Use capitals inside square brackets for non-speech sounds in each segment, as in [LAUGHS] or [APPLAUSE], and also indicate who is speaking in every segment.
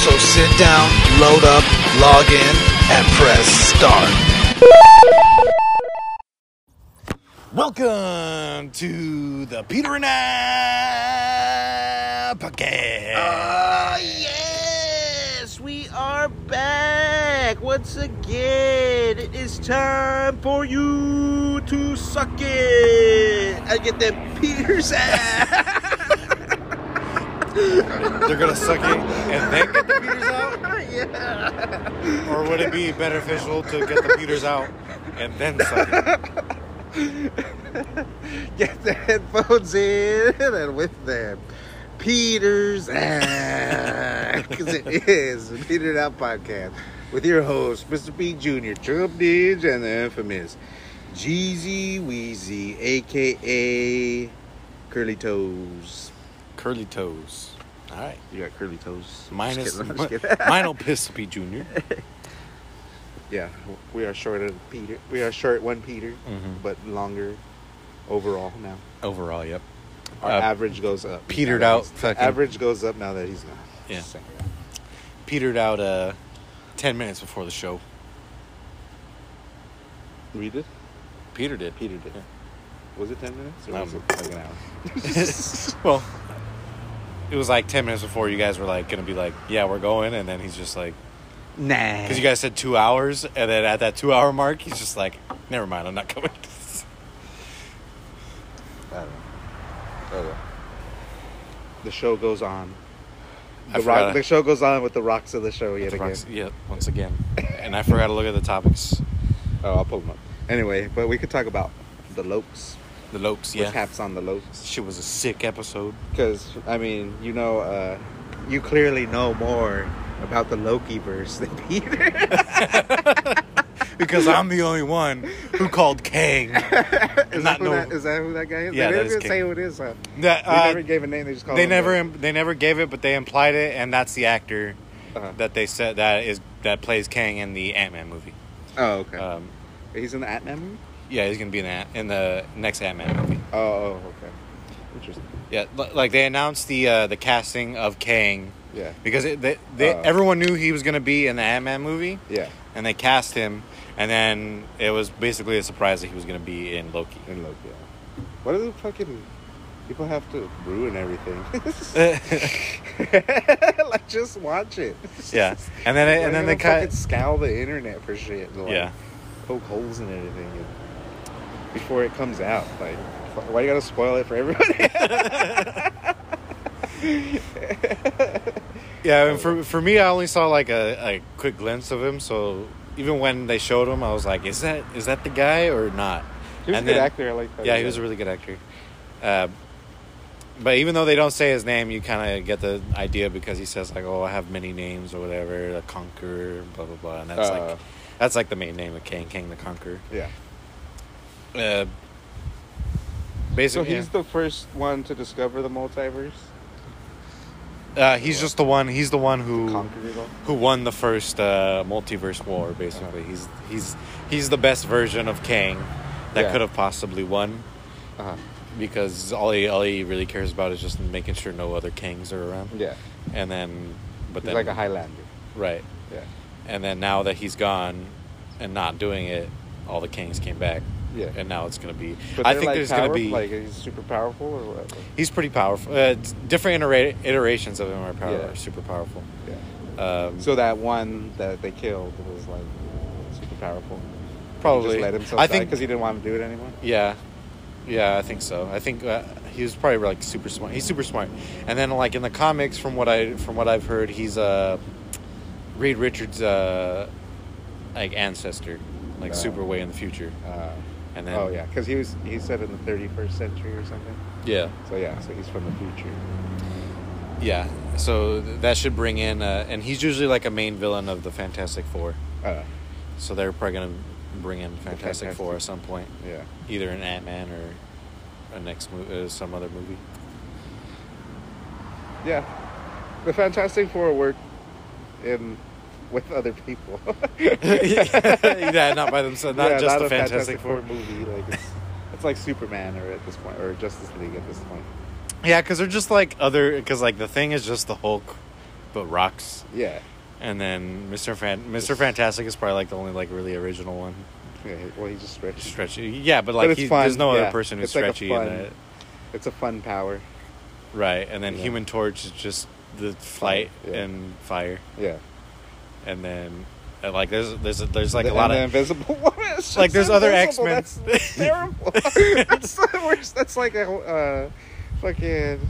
Speaker 1: So sit down, load up, log in, and press start. Welcome to the Peter and I
Speaker 2: Oh, yes! We are back once again. It is time for you to suck it. Eh, I get that Peter's ass.
Speaker 3: They're gonna suck it and then get the beaters out,
Speaker 2: yeah.
Speaker 3: or would it be beneficial to get the beaters out and then suck it?
Speaker 2: [LAUGHS] Get the headphones in and with them. Peter's [LAUGHS] ass. Because it is the Peter Out Podcast with your host, Mr. P Jr., Trump Didge, and the infamous Jeezy Weezy, aka Curly Toes.
Speaker 3: Curly toes. All right.
Speaker 2: You got curly toes.
Speaker 3: Mine is
Speaker 2: Just kidding, I'm
Speaker 3: [LAUGHS] mi-
Speaker 2: just [LAUGHS] kidding.
Speaker 3: mine'll piss Pete Junior.
Speaker 2: yeah, we are short of Peter. We are short one Peter, but longer overall now.
Speaker 3: Overall, yep.
Speaker 2: Our
Speaker 3: Uh,
Speaker 2: average goes up.
Speaker 3: petered
Speaker 2: Now that
Speaker 3: out
Speaker 2: he's-
Speaker 3: fucking-
Speaker 2: Average goes up now that he's gone.
Speaker 3: Yeah.
Speaker 2: Just saying.
Speaker 3: Petered out uh, ten minutes before the show.
Speaker 2: We did.
Speaker 3: Peter did.
Speaker 2: Peter did. Was it ten minutes or was
Speaker 3: Um,
Speaker 2: it like an hour? [LAUGHS]
Speaker 3: well, it was like ten minutes before you guys were like gonna be like, yeah, we're going, and then he's just like,
Speaker 2: Nah.
Speaker 3: because you guys said two hours, and then at that two hour mark, he's just like, never mind, I'm not coming. [LAUGHS]
Speaker 2: I don't know. I don't know. The show goes on.
Speaker 3: I
Speaker 2: The,
Speaker 3: forgot.
Speaker 2: rock, the show goes on with the rocks of the show yet
Speaker 3: The
Speaker 2: again.
Speaker 3: Bronx- yeah, once again. and I forgot to look at the topics.
Speaker 2: Oh, I'll pull them up. Anyway, but we could talk about the Lopes.
Speaker 3: The Lopes,
Speaker 2: Yeah.
Speaker 3: yeah.
Speaker 2: What happens on the Lopes?
Speaker 3: Shit was a sick episode.
Speaker 2: Because I mean, you know, uh, you clearly know more about the Loki verse than [LAUGHS] Peter.
Speaker 3: Because I'm the only one who called Kang.
Speaker 2: [LAUGHS] is,
Speaker 3: Not
Speaker 2: that who
Speaker 3: no-
Speaker 2: that, is that who that guy is?
Speaker 3: Yeah,
Speaker 2: they
Speaker 3: that
Speaker 2: didn't
Speaker 3: is
Speaker 2: even say
Speaker 3: King.
Speaker 2: who it is. Huh?
Speaker 3: That,
Speaker 2: They
Speaker 3: uh,
Speaker 2: never gave a name. They just called.
Speaker 3: they
Speaker 2: him
Speaker 3: never
Speaker 2: Loki.
Speaker 3: they never gave it, but they implied it, and that's the actor
Speaker 2: Uh-huh.
Speaker 3: that they said that is that plays Kang in the Ant Man movie.
Speaker 2: Oh, okay.
Speaker 3: Um,
Speaker 2: He's in the Atman movie.
Speaker 3: yeah, he's gonna be in that in the next Ant Man movie.
Speaker 2: Oh, oh, okay. Interesting.
Speaker 3: Yeah, li- like they announced the uh, the casting of Kang
Speaker 2: Yeah.
Speaker 3: because it, they, they,
Speaker 2: Oh.
Speaker 3: everyone knew he was gonna be in the Ant Man movie.
Speaker 2: Yeah.
Speaker 3: and they cast him, and then it was basically a surprise that he was going to be in Loki. [LAUGHS]
Speaker 2: In Loki. Yeah. What do the fucking people have to ruin everything? [LAUGHS] like just watch it.
Speaker 3: yeah, and then it, and then they
Speaker 2: kind
Speaker 3: cut.
Speaker 2: scowl the internet for shit. and, Like,
Speaker 3: Yeah,
Speaker 2: poke holes in everything and- before it comes out. Like, f- why you gotta spoil it
Speaker 3: [LAUGHS]
Speaker 2: for everybody? [LAUGHS]
Speaker 3: yeah. And for for me, I only saw like a, a quick glimpse of him. So even when they showed him, I was like, is that is that the guy or not?
Speaker 2: he was
Speaker 3: And
Speaker 2: a good
Speaker 3: then-
Speaker 2: actor. I like that.
Speaker 3: Yeah, he was a really good actor. Uh, but even though they don't say his name, you kind of get the idea because he says like, "Oh, I have many names or whatever, the Conqueror, blah blah blah," and that's
Speaker 2: Uh.
Speaker 3: like, that's like the main name of Kang, Kang the Conqueror.
Speaker 2: yeah.
Speaker 3: Uh,
Speaker 2: So
Speaker 3: basically,
Speaker 2: he's the first one to discover the multiverse.
Speaker 3: uh, he's just the one. He's the one who
Speaker 2: Conquer it all.
Speaker 3: who won the first uh, multiverse war. Basically, he's he's he's the best version of Kang that
Speaker 2: Yeah.
Speaker 3: could have possibly won
Speaker 2: Uh-huh.
Speaker 3: because all he all he really cares about is just making sure no other Kangs are around.
Speaker 2: Yeah.
Speaker 3: And then, but
Speaker 2: He's
Speaker 3: then
Speaker 2: like a Highlander.
Speaker 3: right,
Speaker 2: Yeah.
Speaker 3: and then now that he's gone and not doing it, all the Kangs came back.
Speaker 2: Yeah.
Speaker 3: And now it's gonna be.
Speaker 2: But
Speaker 3: I
Speaker 2: they're,
Speaker 3: think
Speaker 2: like,
Speaker 3: there's gonna
Speaker 2: power-
Speaker 3: be
Speaker 2: like he's super powerful or what? Like,
Speaker 3: He's pretty powerful. Uh, d- different itera- iterations of him are, power-
Speaker 2: Yeah.
Speaker 3: are super powerful.
Speaker 2: yeah.
Speaker 3: Um,
Speaker 2: So that one that they killed was like super powerful.
Speaker 3: Probably.
Speaker 2: He just let himself
Speaker 3: I think-
Speaker 2: because he didn't want to do it anymore.
Speaker 3: yeah, yeah, I think so. I think uh, he was probably like super smart. He's super smart. And then like in the comics, from what I from what I've heard, he's uh, Reed Richards' uh, like ancestor, like
Speaker 2: Uh.
Speaker 3: super way in the future.
Speaker 2: Uh,
Speaker 3: And then
Speaker 2: oh yeah, because he was he said in the 31st century or something.
Speaker 3: yeah.
Speaker 2: So yeah, so he's from the future.
Speaker 3: yeah. So th- that should bring in, uh, and he's usually like a main villain of the Fantastic Four.
Speaker 2: Uh,
Speaker 3: So they're probably gonna bring in Fantastic Four at some point,
Speaker 2: yeah.
Speaker 3: either in Ant Man or a next movie, uh, some other movie.
Speaker 2: Yeah. The Fantastic Four work in with other people. [LAUGHS]
Speaker 3: [LAUGHS] yeah, not by themselves, not
Speaker 2: Yeah,
Speaker 3: just
Speaker 2: not
Speaker 3: the
Speaker 2: a
Speaker 3: Fantastic, Four.
Speaker 2: movie. Like it's, it's like Superman or at this point or Justice League at this point.
Speaker 3: Yeah, because they're just like other. Because like the thing is just the Hulk, but rocks.
Speaker 2: Yeah.
Speaker 3: And then Mister Fan- Mister Fantastic is probably like the only like really original one.
Speaker 2: yeah well, he just stretches.
Speaker 3: Stretchy, yeah, but
Speaker 2: But
Speaker 3: like
Speaker 2: it's
Speaker 3: he,
Speaker 2: fun,
Speaker 3: there's no
Speaker 2: yeah.
Speaker 3: other person who's
Speaker 2: It's like a
Speaker 3: stretchy in
Speaker 2: fun-
Speaker 3: it,
Speaker 2: It's a fun power.
Speaker 3: right? And then
Speaker 2: Yeah.
Speaker 3: Human Torch is just the flight
Speaker 2: yeah.
Speaker 3: and fire,
Speaker 2: Yeah.
Speaker 3: and then and like there's there's a, there's like
Speaker 2: And
Speaker 3: a lot
Speaker 2: the
Speaker 3: of
Speaker 2: Invisible [LAUGHS] Woman. is
Speaker 3: Like,
Speaker 2: just
Speaker 3: there's other
Speaker 2: invisible.
Speaker 3: X-Men.
Speaker 2: That's
Speaker 3: [LAUGHS]
Speaker 2: terrible. [LAUGHS] that's the worst. That's like a uh, fucking.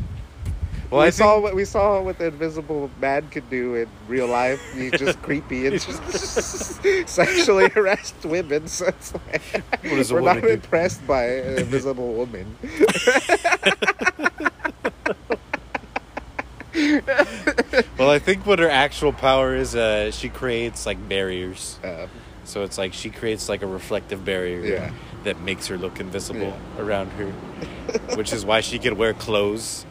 Speaker 3: well,
Speaker 2: we
Speaker 3: I
Speaker 2: saw
Speaker 3: think
Speaker 2: what we saw what the Invisible Man could do in real life. He's just creepy and just
Speaker 3: [LAUGHS]
Speaker 2: [LAUGHS] sexually harassed women. So it's like
Speaker 3: does a
Speaker 2: we're not
Speaker 3: woman do?
Speaker 2: impressed by an Invisible Woman.
Speaker 3: well, I think what her actual power is, uh, she creates like barriers.
Speaker 2: Uh,
Speaker 3: So it's like she creates like a reflective barrier
Speaker 2: Yeah.
Speaker 3: that makes her look invisible around
Speaker 2: [LAUGHS]
Speaker 3: her, which is why she could wear clothes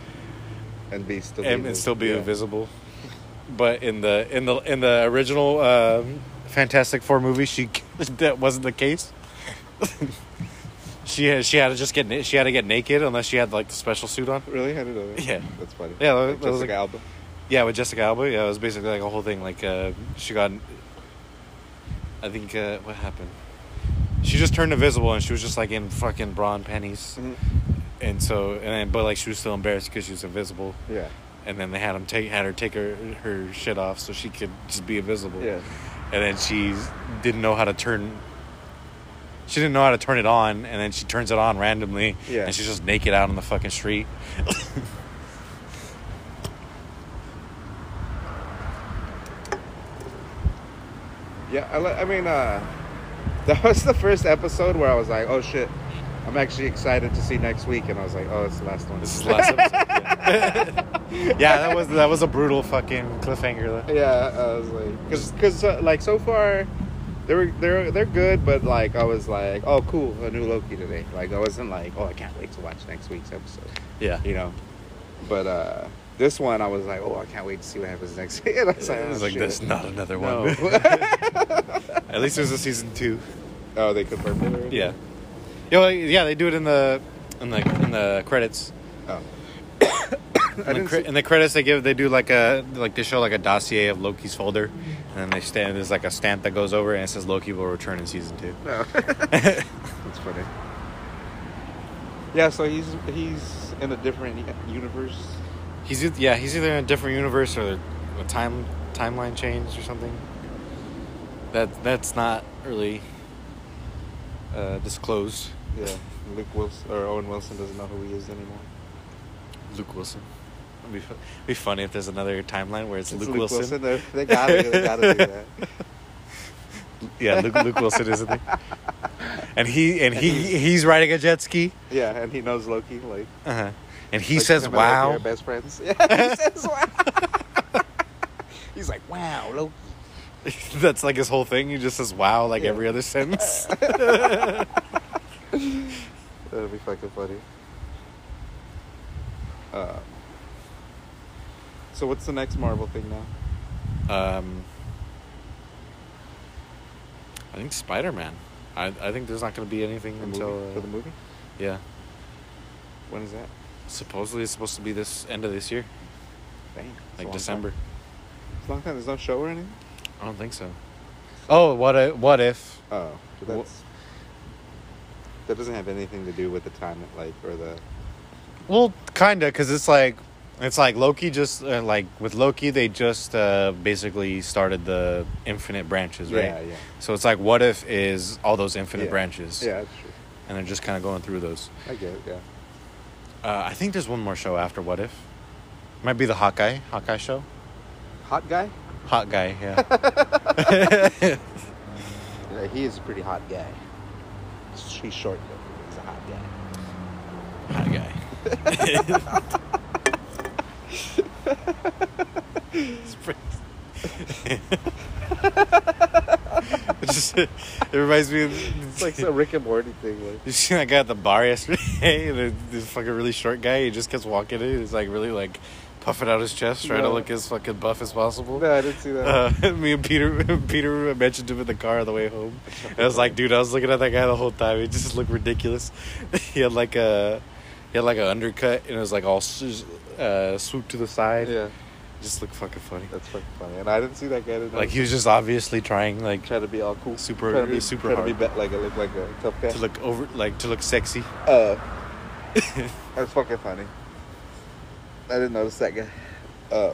Speaker 2: and be still
Speaker 3: and,
Speaker 2: evil.
Speaker 3: and still be
Speaker 2: Yeah.
Speaker 3: invisible. But in the in the in the original um, Fantastic Four movie, she [LAUGHS] that wasn't the case. [LAUGHS] she had, she had to just get na- she had to get naked unless she had like the special suit on.
Speaker 2: Really? I didn't know that.
Speaker 3: Yeah.
Speaker 2: That's funny.
Speaker 3: Yeah, that
Speaker 2: like
Speaker 3: was
Speaker 2: Jessica
Speaker 3: like-
Speaker 2: Alba.
Speaker 3: Yeah, with Jessica Alba. Yeah, it was basically like a whole thing. Like uh, she got, I think uh, what happened? She just turned invisible and she was just like in fucking bra and panties,
Speaker 2: Mm-hmm.
Speaker 3: and so and then but like she was still embarrassed because she was invisible,
Speaker 2: Yeah.
Speaker 3: and then they had him take had her take her her shit off so she could just be invisible.
Speaker 2: Yeah.
Speaker 3: and then she didn't know how to turn. She didn't know how to turn it on, and then she turns it on randomly,
Speaker 2: Yeah.
Speaker 3: and she's just naked out on the fucking street.
Speaker 2: Yeah, I, li- I mean, uh, that was the first episode where I was like, oh shit, I'm actually excited to see next week. And I was like, oh, it's the last one.
Speaker 3: This is the last episode. Yeah. [LAUGHS] Yeah, that was that was a brutal fucking cliffhanger.
Speaker 2: yeah, I was like, because, cause, uh, like, so far, they were, they're, they're good, but, like, I was like, oh, cool, a new Loki today. Like, I wasn't like, oh, I can't wait to watch next week's episode,
Speaker 3: Yeah,
Speaker 2: you know? But, uh, this one, I was like, oh, I can't wait to see what happens next. [LAUGHS] and I was like,
Speaker 3: it was
Speaker 2: oh,
Speaker 3: like
Speaker 2: shit.
Speaker 3: there's not another
Speaker 2: No. [LAUGHS]
Speaker 3: one. [LAUGHS] At least there's a season two.
Speaker 2: oh, they confirmed it already?
Speaker 3: Yeah, yeah, well, yeah. They do it in the in the in the credits. [COUGHS]
Speaker 2: Oh. I
Speaker 3: In the,
Speaker 2: didn't
Speaker 3: cre-
Speaker 2: see-
Speaker 3: in the credits they give, they do like a like they show like a dossier of Loki's folder, and then they stand. There's like a stamp that goes over it and it says Loki will return in season two.
Speaker 2: No. [LAUGHS] That's funny. Yeah, so he's he's in a different u- universe.
Speaker 3: He's eith- yeah, he's either in a different universe or a time timeline change or something. That that's not really uh, disclosed.
Speaker 2: Yeah, Luke Wilson or Owen Wilson doesn't know who he is anymore.
Speaker 3: Luke Wilson. It'd be, fu- be funny if there's another timeline where it's,
Speaker 2: It's
Speaker 3: Luke, Wilson.
Speaker 2: They, they gotta, they gotta do that.
Speaker 3: [LAUGHS] Yeah, Luke, Luke Wilson is in there. [LAUGHS] And he and he he's riding a jet ski.
Speaker 2: [LAUGHS] Yeah, and he knows Loki. Like
Speaker 3: Uh-huh. And he
Speaker 2: like,
Speaker 3: says,
Speaker 2: him and Loki are
Speaker 3: "Wow."
Speaker 2: best friends." [LAUGHS] Yeah, he says, "Wow." [LAUGHS] he's like, "Wow, Loki."
Speaker 3: [LAUGHS] That's like his whole thing. He just says, "Wow," like
Speaker 2: Yeah.
Speaker 3: every other [LAUGHS] sentence.
Speaker 2: That'd be fucking funny. Uh, so what's the next Marvel thing now?
Speaker 3: Um, I think Spider Man. I, I think there's not going to be anything
Speaker 2: The
Speaker 3: until
Speaker 2: movie?
Speaker 3: uh,
Speaker 2: for the movie?
Speaker 3: yeah.
Speaker 2: When is that?
Speaker 3: Supposedly it's supposed to be this end of this year,
Speaker 2: Dang, it's a
Speaker 3: like
Speaker 2: long
Speaker 3: December.
Speaker 2: Time. It's a long time. There's no show or anything.
Speaker 3: I don't think so. Oh, what if, what if?
Speaker 2: Oh, but that's that doesn't have anything to do with the time, like or the
Speaker 3: Well, kinda, because it's like it's like Loki just uh, like with Loki they just uh, basically started the infinite branches, right?
Speaker 2: yeah, yeah,
Speaker 3: So it's like what if is all those infinite
Speaker 2: Yeah.
Speaker 3: branches,
Speaker 2: yeah. That's true.
Speaker 3: and they're just kind of going through those.
Speaker 2: I get it. Yeah.
Speaker 3: Uh, I think there's one more show after What If. Might be the Hawkeye Hawkeye show.
Speaker 2: Hot guy.
Speaker 3: Hot guy, yeah.
Speaker 2: Yeah, he is a pretty hot guy. He's short. Though. He's a hot guy.
Speaker 3: Hot guy. [LAUGHS] It's pretty- [LAUGHS] It just, it reminds me of
Speaker 2: [LAUGHS] It's
Speaker 3: [LAUGHS]
Speaker 2: like some Rick and Morty thing. Like,
Speaker 3: You see that guy at the bar yesterday? [LAUGHS] The, this fucking really short guy. He just keeps walking in. He's like really like puffing out his chest, trying
Speaker 2: No.
Speaker 3: to look as fucking buff as possible.
Speaker 2: no, "Oh, I didn't see that.
Speaker 3: Uh, [LAUGHS] me and Peter, Peter mentioned him in the car on the way home. And I was like, dude, I was looking at that guy the whole time. He just looked ridiculous. [LAUGHS] he had like a, he had like an undercut, and it was like all s- uh, swooped to the side.
Speaker 2: yeah,
Speaker 3: just looked fucking funny.
Speaker 2: that's fucking funny. And I didn't see that guy. I Didn't
Speaker 3: Like he was just obviously trying like
Speaker 2: trying to be all cool,
Speaker 3: Super-
Speaker 2: trying to be
Speaker 3: super
Speaker 2: trying to be be, like a look like a tough guy.
Speaker 3: to look over, like to look sexy.
Speaker 2: Uh, [LAUGHS] that's fucking funny. I didn't notice that guy. Uh,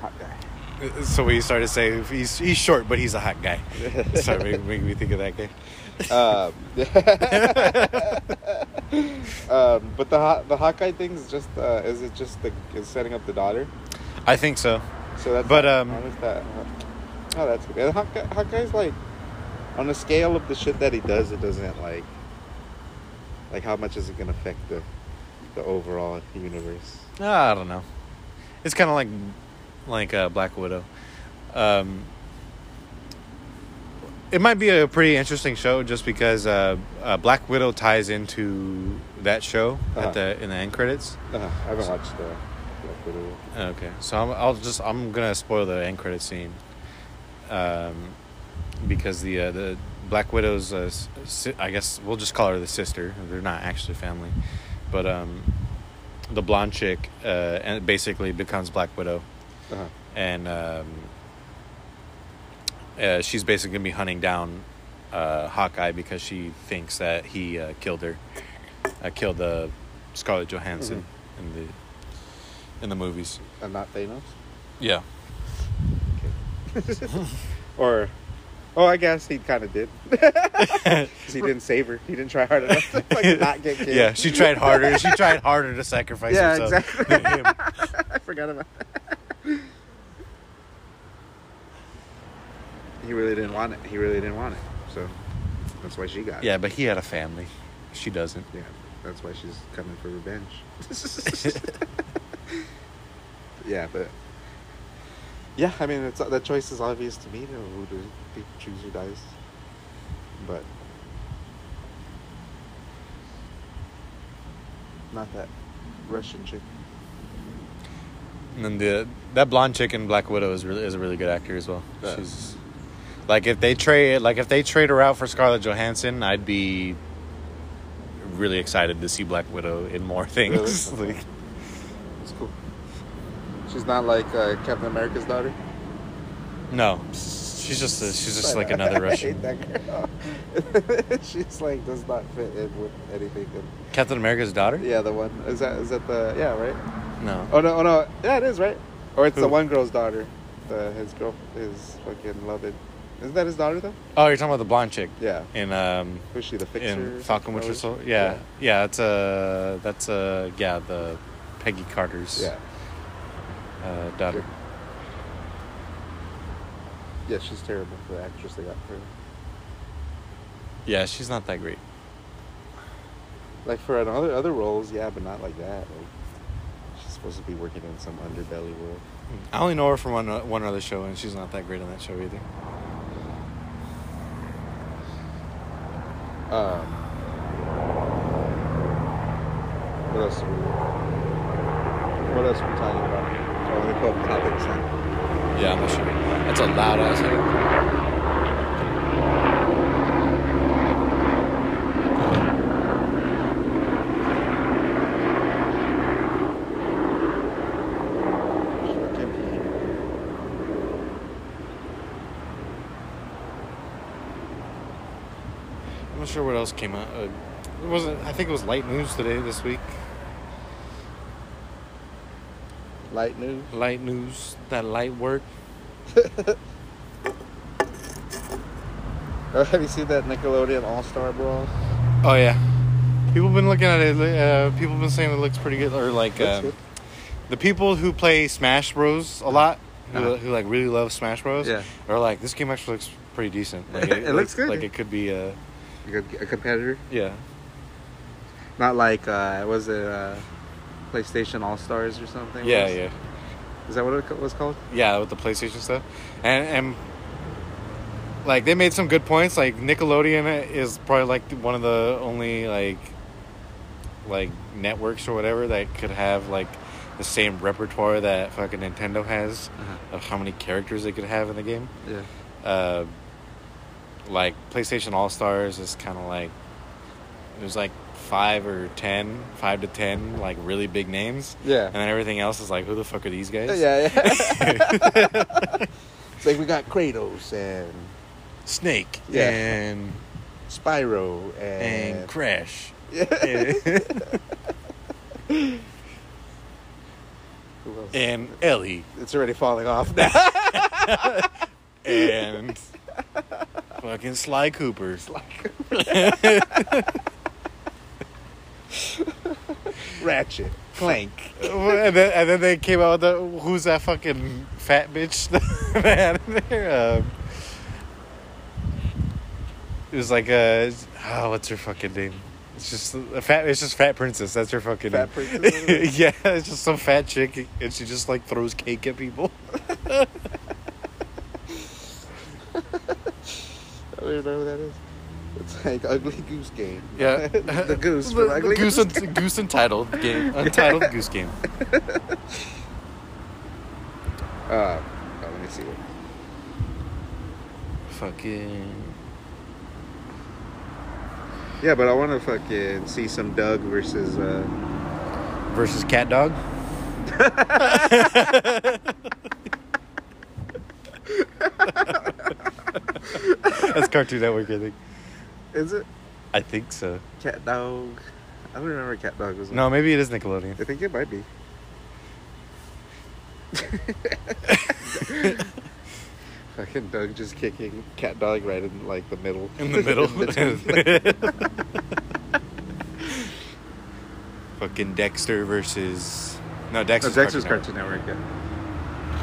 Speaker 2: hot guy.
Speaker 3: So we started saying he's he's short, but he's a hot
Speaker 2: [LAUGHS]
Speaker 3: guy. Sorry, make, make me think of that guy.
Speaker 2: um, [LAUGHS] um, but the hot, the hot guy thing is just uh, is it just the is setting up the daughter?
Speaker 3: I think so.
Speaker 2: So that's
Speaker 3: But, um,
Speaker 2: how is that? Oh, that's okay. Hot, guy, hot guy's like on the scale of the shit that he does, it doesn't like like how much is it gonna affect the the overall universe?
Speaker 3: Ah, I don't know. It's kind of like like uh, Black Widow. Um, it might be a pretty interesting show just because uh, uh, Black Widow ties into that show
Speaker 2: Uh-huh.
Speaker 3: at the in the end credits.
Speaker 2: Uh, I haven't watched the Black Widow.
Speaker 3: Oh, Okay, so I'm, I'll just I'm gonna spoil the end credit scene, um, because the uh, the Black Widow's uh, si- I guess we'll just call her the sister. They're not actually family, but um, the blonde chick uh, and basically becomes Black Widow,
Speaker 2: Uh-huh.
Speaker 3: and um, uh, she's basically gonna be hunting down uh, Hawkeye because she thinks that he uh, killed her, uh, killed the Scarlett Johansson in the in the movies.
Speaker 2: And not Thanos.
Speaker 3: Yeah.
Speaker 2: Or, oh, I guess he kind
Speaker 3: [LAUGHS]
Speaker 2: of did. [LAUGHS] 'Cause he didn't save her. He didn't try hard enough to
Speaker 3: [LAUGHS]
Speaker 2: like, not get killed.
Speaker 3: Yeah, she tried harder. She tried harder to sacrifice
Speaker 2: Yeah,
Speaker 3: herself.
Speaker 2: exactly.
Speaker 3: than [LAUGHS] him.
Speaker 2: [LAUGHS] I forgot about that. he really didn't want it. He really didn't want it. So that's why she got it.
Speaker 3: Yeah, but he had a family. She doesn't.
Speaker 2: Yeah. That's why she's coming
Speaker 3: [LAUGHS]
Speaker 2: for revenge. yeah, but yeah, I mean, it's, that choice is obvious to me. You know, who to pick, choose who dies? But not that Russian chick.
Speaker 3: And then the that blonde chick in Black Widow is really is a really good actor as well.
Speaker 2: Yeah.
Speaker 3: She's like if they trade like if they trade her out for Scarlett Johansson, I'd be really excited to see Black Widow in more
Speaker 2: [LAUGHS]
Speaker 3: things.
Speaker 2: Really?
Speaker 3: like,
Speaker 2: It's cool. She's not like uh, Captain America's daughter.
Speaker 3: no, she's just a, she's just
Speaker 2: [LAUGHS] I
Speaker 3: like
Speaker 2: know.
Speaker 3: another
Speaker 2: I
Speaker 3: Russian.
Speaker 2: hate that girl. [LAUGHS] She's like does not fit in with anything. And-
Speaker 3: Captain America's daughter?
Speaker 2: yeah, the one is that is that the yeah right?
Speaker 3: No.
Speaker 2: Oh no, oh no, yeah it is right. Or it's the
Speaker 3: Who?
Speaker 2: one girl's daughter, the his girl, his fucking loved. Isn't that his daughter though?
Speaker 3: Oh, you're talking about the blonde chick
Speaker 2: Yeah.
Speaker 3: in um
Speaker 2: Who's she the fixer?
Speaker 3: in
Speaker 2: or
Speaker 3: Falcon
Speaker 2: something?
Speaker 3: Winter Soldier. Yeah. yeah, That's uh, that's uh, yeah, the Peggy Carter's
Speaker 2: Yeah.
Speaker 3: uh, daughter.
Speaker 2: Sure. Yeah, she's terrible. The actress they got for
Speaker 3: Yeah, she's not that great.
Speaker 2: like for another other roles, yeah, but not like that. Like she's supposed to be working in some underbelly world.
Speaker 3: I only know her from one one other show, and she's not that great on that show either.
Speaker 2: Um, what else? Are we, what else are we talking about? Oh, let me pull up topics. Huh?
Speaker 3: Yeah, I'm not sure. That's a loud ass. I'm not sure what else came out. Uh, it wasn't. I think it was light news today this week.
Speaker 2: Light news. [LAUGHS]
Speaker 3: Light news. That light work.
Speaker 2: Oh, have you seen that Nickelodeon All Star Brawl?
Speaker 3: Oh yeah. People been looking at it. Uh, people been saying it looks pretty good. Or like
Speaker 2: Looks
Speaker 3: um,
Speaker 2: good.
Speaker 3: the people who play Smash Bros. a lot, who,
Speaker 2: Uh-huh.
Speaker 3: who like really love Smash Bros.
Speaker 2: Yeah.
Speaker 3: Are like this game actually looks pretty decent.
Speaker 2: [LAUGHS]
Speaker 3: Like,
Speaker 2: It looks good.
Speaker 3: Like it could be. Uh,
Speaker 2: You got a competitor,
Speaker 3: yeah.
Speaker 2: not like uh, was it uh, PlayStation All Stars or something.
Speaker 3: Yeah,
Speaker 2: was?
Speaker 3: yeah,
Speaker 2: Is that what it was called?
Speaker 3: yeah. With the PlayStation stuff, and and like they made some good points. Like Nickelodeon is probably like one of the only like like networks or whatever that could have like the same repertoire that fucking Nintendo has
Speaker 2: Uh-huh.
Speaker 3: of how many characters they could have in the game.
Speaker 2: Yeah.
Speaker 3: uh, like PlayStation All Stars is kind of like there's like five or ten, five to ten like really big names,
Speaker 2: Yeah.
Speaker 3: and then everything else is like who the fuck are these guys?
Speaker 2: Yeah,
Speaker 3: [LAUGHS]
Speaker 2: yeah. it's like we got Kratos and
Speaker 3: Snake
Speaker 2: Yeah.
Speaker 3: and
Speaker 2: Spyro and,
Speaker 3: and Crash.
Speaker 2: Who else?
Speaker 3: [LAUGHS] and Ellie
Speaker 2: it's already falling off now.
Speaker 3: [LAUGHS]
Speaker 2: [LAUGHS]
Speaker 3: and fucking Sly Cooper. [LAUGHS]
Speaker 2: Ratchet, Clank.
Speaker 3: [LAUGHS] and, then, and then they came out with the who's that fucking fat bitch [LAUGHS] that they had in there? Um, it was like a oh, what's her fucking name? It's just a fat. It's just fat princess. That's her fucking
Speaker 2: Fat
Speaker 3: name. [LAUGHS]
Speaker 2: Princess?
Speaker 3: yeah, it's just some fat chick, and she just like throws cake at people.
Speaker 2: I don't even know who that is. It's like Ugly Goose Game.
Speaker 3: [LAUGHS] Yeah,
Speaker 2: the goose.
Speaker 3: The-
Speaker 2: from
Speaker 3: the
Speaker 2: Ugly
Speaker 3: goose, unt- goose untitled
Speaker 2: [LAUGHS]
Speaker 3: game. Untitled goose game.
Speaker 2: Uh, oh, let me see. What,
Speaker 3: Fucking.
Speaker 2: Yeah, but I want to fucking see some Doug versus. [LAUGHS] Uh,
Speaker 3: versus cat
Speaker 2: [LAUGHS]
Speaker 3: dog. [LAUGHS] That's Cartoon Network, I think.
Speaker 2: is it
Speaker 3: I think so.
Speaker 2: Cat Dog? I don't remember Cat Dog was. on.
Speaker 3: No, maybe it is Nickelodeon.
Speaker 2: I think it might [LAUGHS] be. Fucking Doug just kicking Cat Dog right in like the middle.
Speaker 3: In the
Speaker 2: [LAUGHS]
Speaker 3: middle. [LAUGHS] Fucking Dexter versus no
Speaker 2: No,
Speaker 3: Dexter.
Speaker 2: Dexter's Cartoon Network. Yeah.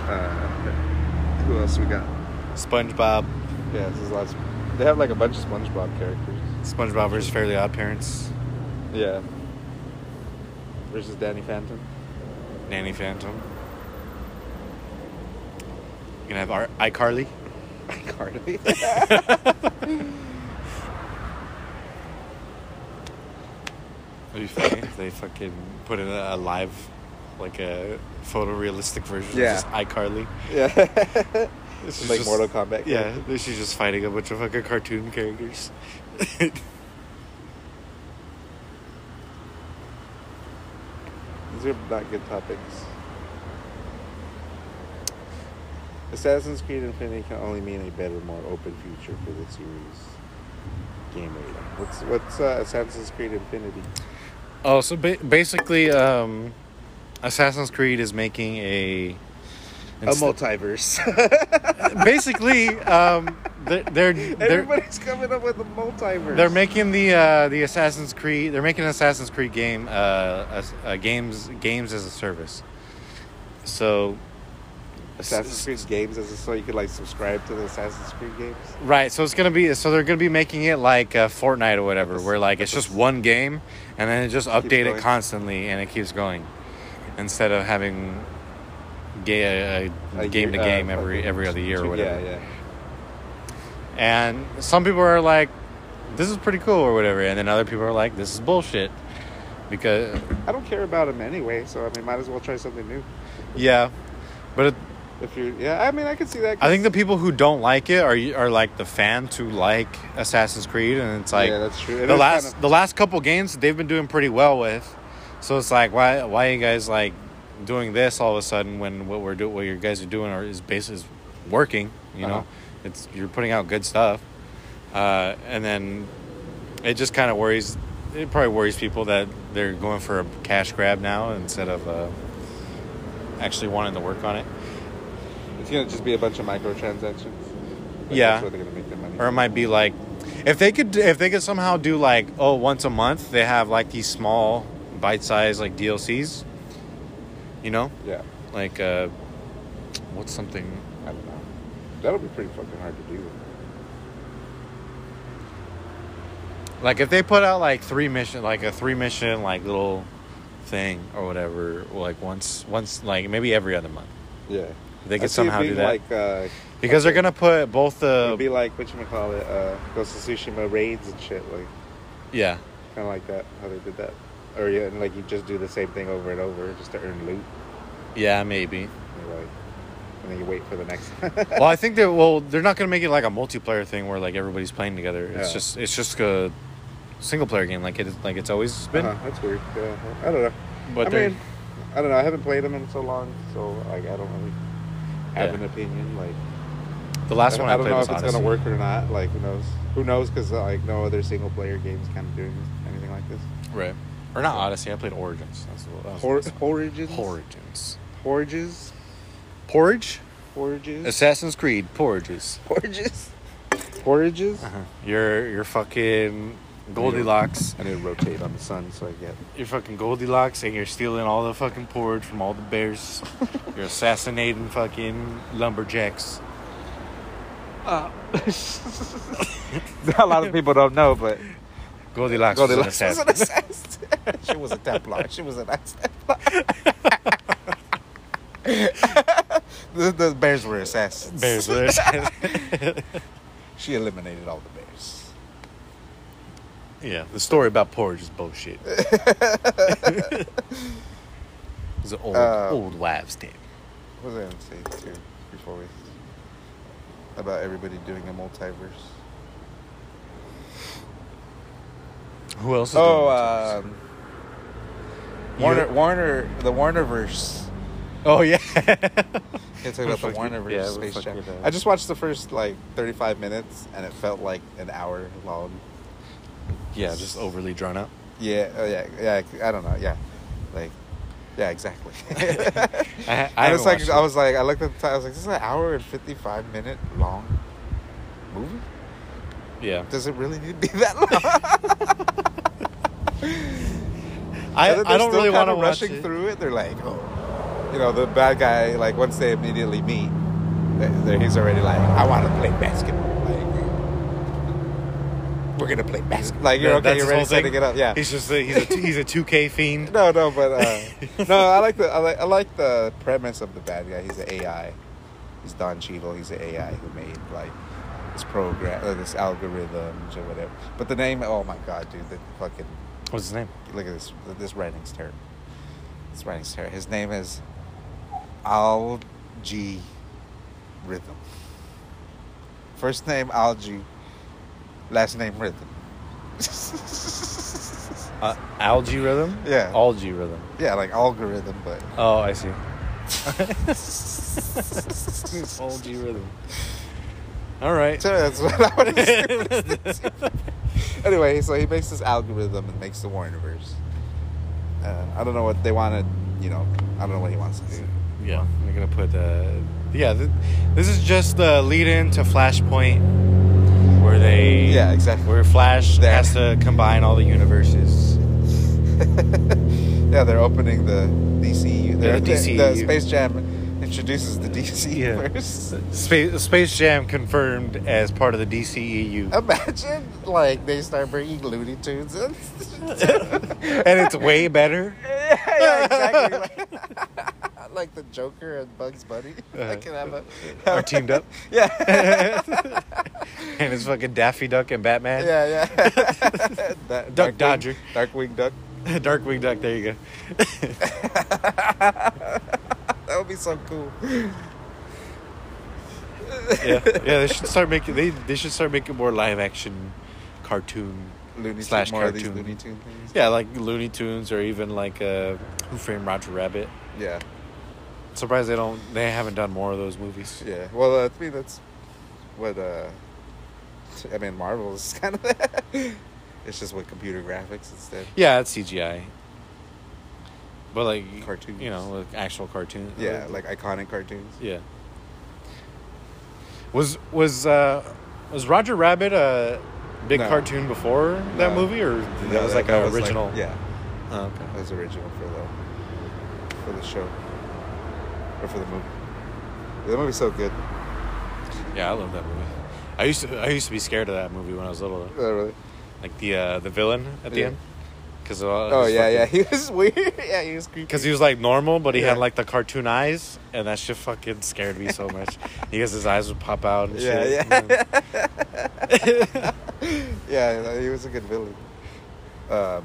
Speaker 2: Uh, who else we got?
Speaker 3: SpongeBob.
Speaker 2: Yeah, this is lots. They have like a bunch of SpongeBob characters.
Speaker 3: SpongeBob versus Fairly Odd Parents.
Speaker 2: [LAUGHS] Yeah. Versus Danny Phantom.
Speaker 3: Nanny Phantom. You gonna have our iCarly.
Speaker 2: Carly.
Speaker 3: It'd be funny if they fucking put in a, a live, like a photorealistic version
Speaker 2: Yeah.
Speaker 3: of just iCarly.
Speaker 2: [LAUGHS] yeah.
Speaker 3: She's
Speaker 2: like Mortal Kombat
Speaker 3: Yeah, she's just fighting a bunch of fucking cartoon characters.
Speaker 2: These are not good topics. Assassin's Creed Infinity can only mean a better, more open future for the series. Game rating. What's what's uh, Assassin's Creed Infinity?
Speaker 3: oh, so ba- basically, um, Assassin's Creed is making a.
Speaker 2: multiverse.
Speaker 3: [LAUGHS]
Speaker 2: [LAUGHS]
Speaker 3: basically, um, they're, they're, they're,
Speaker 2: Everybody's coming up with a multiverse.
Speaker 3: They're making the uh, the Assassin's Creed. They're making an Assassin's Creed game, uh, uh, uh, games games as a service. So,
Speaker 2: Assassin's Creed games as a, so you could like subscribe to the Assassin's Creed games.
Speaker 3: right? So it's gonna be. So they're gonna be making it like uh, Fortnite or whatever,
Speaker 2: Like a-
Speaker 3: where like it's just one game, and then it just update it
Speaker 2: going.
Speaker 3: constantly, and it keeps going, instead of having ga- uh,
Speaker 2: A
Speaker 3: game to
Speaker 2: year- uh,
Speaker 3: game every
Speaker 2: fucking
Speaker 3: every other year
Speaker 2: two-
Speaker 3: or whatever.
Speaker 2: Yeah, yeah.
Speaker 3: And some people are like, "This is pretty cool" or whatever, and then other people are like, "This is bullshit," because.
Speaker 2: I don't care about them anyway, so I mean, might as well try something new.
Speaker 3: Yeah, but it,
Speaker 2: If you, yeah, I mean, I could see that.
Speaker 3: I think the people who don't like it are are like the fans who like Assassin's Creed, and it's like
Speaker 2: yeah, that's true. It
Speaker 3: the
Speaker 2: is
Speaker 3: last
Speaker 2: kind
Speaker 3: the last couple games they've been doing pretty well with. So it's like why why are you guys like doing this all of a sudden when what we're do what you guys are doing are, is base is working? You
Speaker 2: Uh-huh.
Speaker 3: know, it's you're putting out good stuff, uh, and then it just kind of worries. It probably worries people that they're going for a cash grab now instead of uh, actually wanting to work on it.
Speaker 2: of, it's gonna just be a bunch of microtransactions. Like,
Speaker 3: Yeah.
Speaker 2: that's where they're gonna make their money.
Speaker 3: or it might be like if they could if they could somehow do like oh once a month they have like these small bite-sized like DLCs you know
Speaker 2: yeah,
Speaker 3: like uh what's something
Speaker 2: I don't know. That'll be pretty fucking hard to do.
Speaker 3: like if they put out like three mission like a three mission like little thing or whatever. Like once, once like maybe every other month.
Speaker 2: Yeah.
Speaker 3: They
Speaker 2: I
Speaker 3: could
Speaker 2: see it
Speaker 3: somehow do
Speaker 2: being
Speaker 3: that Uh,
Speaker 2: Like, uh,
Speaker 3: because they're gonna put both
Speaker 2: it'd be
Speaker 3: the
Speaker 2: like what you call it, uh, Ghost of Tsushima raids and shit, like
Speaker 3: yeah
Speaker 2: kind of like that. How they did that, or yeah, and like you just do the same thing over and over just to earn loot.
Speaker 3: yeah maybe.
Speaker 2: And, you're like, and then you wait for the next. [LAUGHS]
Speaker 3: well, I think that well they're not gonna make it like a multiplayer thing where like everybody's playing together. It's
Speaker 2: Yeah.
Speaker 3: just it's just a single player game like it like it's always been.
Speaker 2: Uh-huh, that's weird. Yeah, I don't know.
Speaker 3: But
Speaker 2: I
Speaker 3: they're
Speaker 2: mean, I don't know. I haven't played them in so long, so like I don't really have
Speaker 3: Yeah.
Speaker 2: an opinion. Like
Speaker 3: the last
Speaker 2: don't-
Speaker 3: one I,
Speaker 2: don't
Speaker 3: played
Speaker 2: know
Speaker 3: was
Speaker 2: if it's
Speaker 3: Odyssey.
Speaker 2: gonna work or not. Like who knows? Who knows? Because like no other single player games kind of doing anything like this.
Speaker 3: right or not Odyssey. I played Origins. That's what that was-
Speaker 2: Hor- Origins.
Speaker 3: Origins.
Speaker 2: Porges.
Speaker 3: Porridge.
Speaker 2: Porges.
Speaker 3: [LAUGHS] Assassin's Creed porridges.
Speaker 2: Porges. Porges.
Speaker 3: Your your fucking Goldilocks.
Speaker 2: I need to rotate on the sun so I
Speaker 3: [LAUGHS]
Speaker 2: get. [LAUGHS]
Speaker 3: You're fucking Goldilocks, and you're stealing all the fucking porridge from all the [LAUGHS] bears. you're assassinating fucking lumberjacks.
Speaker 2: a lot of people don't know, but
Speaker 3: Goldilocks,
Speaker 2: [LAUGHS]
Speaker 3: Goldilocks.
Speaker 2: Goldilocks
Speaker 3: was an
Speaker 2: was an
Speaker 3: assassin.
Speaker 2: assassin. she was a Templar. She was an Templar.
Speaker 3: [LAUGHS]
Speaker 2: [LAUGHS] the, the bears were assassins.
Speaker 3: [LAUGHS] bears. were assassins.
Speaker 2: She eliminated all the bears.
Speaker 3: yeah, the story about porridge is bullshit. [LAUGHS] it's an old
Speaker 2: Uh,
Speaker 3: old wives' tale.
Speaker 2: What was I gonna say too before we about everybody doing a multiverse?
Speaker 3: Who else? Is
Speaker 2: Oh,
Speaker 3: doing
Speaker 2: um,
Speaker 3: You-
Speaker 2: Warner, Warner, the Warnerverse.
Speaker 3: it? oh
Speaker 2: [LAUGHS]
Speaker 3: yeah.
Speaker 2: Can't talk about the
Speaker 3: Fuck
Speaker 2: Warnerverse
Speaker 3: yeah, we're
Speaker 2: Space
Speaker 3: fucking
Speaker 2: Jam.
Speaker 3: with that.
Speaker 2: I just watched the first like 35 minutes, and it felt like an hour long.
Speaker 3: yeah, just overly drawn out.
Speaker 2: Yeah, uh, yeah, yeah. I don't know. Yeah, like, yeah,
Speaker 3: [LAUGHS]
Speaker 2: exactly.
Speaker 3: I,
Speaker 2: [LAUGHS]
Speaker 3: I,
Speaker 2: I was
Speaker 3: haven't
Speaker 2: like,
Speaker 3: watched
Speaker 2: I
Speaker 3: it.
Speaker 2: was like, I looked at the time. I was like, this is an hour and 55 minute long movie.
Speaker 3: yeah.
Speaker 2: Does it really need to be that long?
Speaker 3: I,
Speaker 2: And then they're
Speaker 3: I don't
Speaker 2: still
Speaker 3: really want
Speaker 2: kinda
Speaker 3: to watch
Speaker 2: rushing
Speaker 3: it.
Speaker 2: through it. They're like, oh, you know, the bad guy. Like once they immediately meet, they- they're- he's already like, I want to play basketball. Like, we're gonna play basketball. Like you're
Speaker 3: Yeah,
Speaker 2: okay.
Speaker 3: that's
Speaker 2: You're
Speaker 3: his whole thing.
Speaker 2: ready setting it up.
Speaker 3: [LAUGHS]
Speaker 2: Yeah.
Speaker 3: He's just a, he's a he's a 2K fiend.
Speaker 2: [LAUGHS] No, no, but uh, no, I like the I like, I like the premise of the bad guy. He's an AI. He's Don Cheadle. He's an AI who made like this program, uh, this algorithms or whatever. But the name, oh my god, dude, the fucking
Speaker 3: What's his name?
Speaker 2: look at this. This writing's terrible. This writing's terrible. His name is Al G Rhythm. First name Algy, last name Rhythm.
Speaker 3: Uh, algae rhythm.
Speaker 2: Yeah.
Speaker 3: Algae rhythm.
Speaker 2: yeah, like algorithm, but [LAUGHS]
Speaker 3: Oh, I see.
Speaker 2: That's
Speaker 3: algae rhythm. All [LAUGHS] right.
Speaker 2: what I would
Speaker 3: [LAUGHS]
Speaker 2: Anyway, so he makes this algorithm and makes the Warnerverse. Uh, I don't know what they want to, you know, I don't know what he wants to do.
Speaker 3: yeah, I'm gonna put. Uh, yeah, th- this is just the lead in to Flashpoint, where they.
Speaker 2: Yeah, exactly.
Speaker 3: Where Flash
Speaker 2: That.
Speaker 3: has to combine all the universes.
Speaker 2: yeah, they're opening the DCU. They're,
Speaker 3: Yeah,
Speaker 2: the,
Speaker 3: DCU.
Speaker 2: the Space Jam introduces the DC
Speaker 3: Yeah.
Speaker 2: universe.
Speaker 3: Space, Space Jam confirmed as part of the E DCEU.
Speaker 2: Oh. Imagine, like, they start bringing Looney Tunes in.
Speaker 3: [LAUGHS] and it's way better.
Speaker 2: [LAUGHS] yeah, exactly. Like, [LAUGHS] like the Joker and Bugs Bunny.
Speaker 3: Uh-huh.
Speaker 2: I can have a.
Speaker 3: Are teamed
Speaker 2: [LAUGHS]
Speaker 3: up. [LAUGHS]
Speaker 2: Yeah.
Speaker 3: and it's fucking Daffy Duck and Batman.
Speaker 2: [LAUGHS] Yeah, yeah.
Speaker 3: [LAUGHS]
Speaker 2: That-
Speaker 3: Duck
Speaker 2: Darkwing-
Speaker 3: Dodger.
Speaker 2: Darkwing Duck.
Speaker 3: [LAUGHS] Darkwing Duck, there you go.
Speaker 2: That would be so cool.
Speaker 3: yeah, [LAUGHS] yeah. They should start making they they should start making more live action cartoon.
Speaker 2: Looney
Speaker 3: Slash
Speaker 2: Slash more of these
Speaker 3: cartoon.
Speaker 2: Looney Tune things.
Speaker 3: Yeah, like Looney Tunes or even like uh, Who Framed Roger Rabbit.
Speaker 2: Yeah.
Speaker 3: Surprised they don't they haven't done more of those movies.
Speaker 2: Yeah. Well, uh, I mean, that's what, uh, I mean, Marvel is [LAUGHS] kind of that. It's just with computer graphics instead.
Speaker 3: Yeah, it's CGI. But like
Speaker 2: Cartoons.
Speaker 3: you know, like actual cartoons.
Speaker 2: Yeah, like iconic cartoons.
Speaker 3: yeah. Was was uh was Roger Rabbit a big
Speaker 2: No.
Speaker 3: cartoon before that
Speaker 2: No.
Speaker 3: movie, or that
Speaker 2: No,
Speaker 3: was like
Speaker 2: that
Speaker 3: an original?
Speaker 2: yeah,
Speaker 3: Oh, okay.
Speaker 2: that was original for the for the show or for the movie. The movie's so good.
Speaker 3: Yeah, I love that movie. I used to I used to be scared of that movie when I was little. Though.
Speaker 2: Uh, really.
Speaker 3: Like the uh, the villain at the
Speaker 2: Yeah.
Speaker 3: end. Because
Speaker 2: Oh yeah, yeah. [LAUGHS] He was weird. Yeah, he was creepy.
Speaker 3: Because he was like normal, but he
Speaker 2: Yeah.
Speaker 3: had like the cartoon eyes, and that shit fucking scared me
Speaker 2: [LAUGHS]
Speaker 3: so much. because his eyes would pop out and
Speaker 2: yeah,
Speaker 3: shit.
Speaker 2: yeah. [LAUGHS] yeah, no, he was a good villain. Um,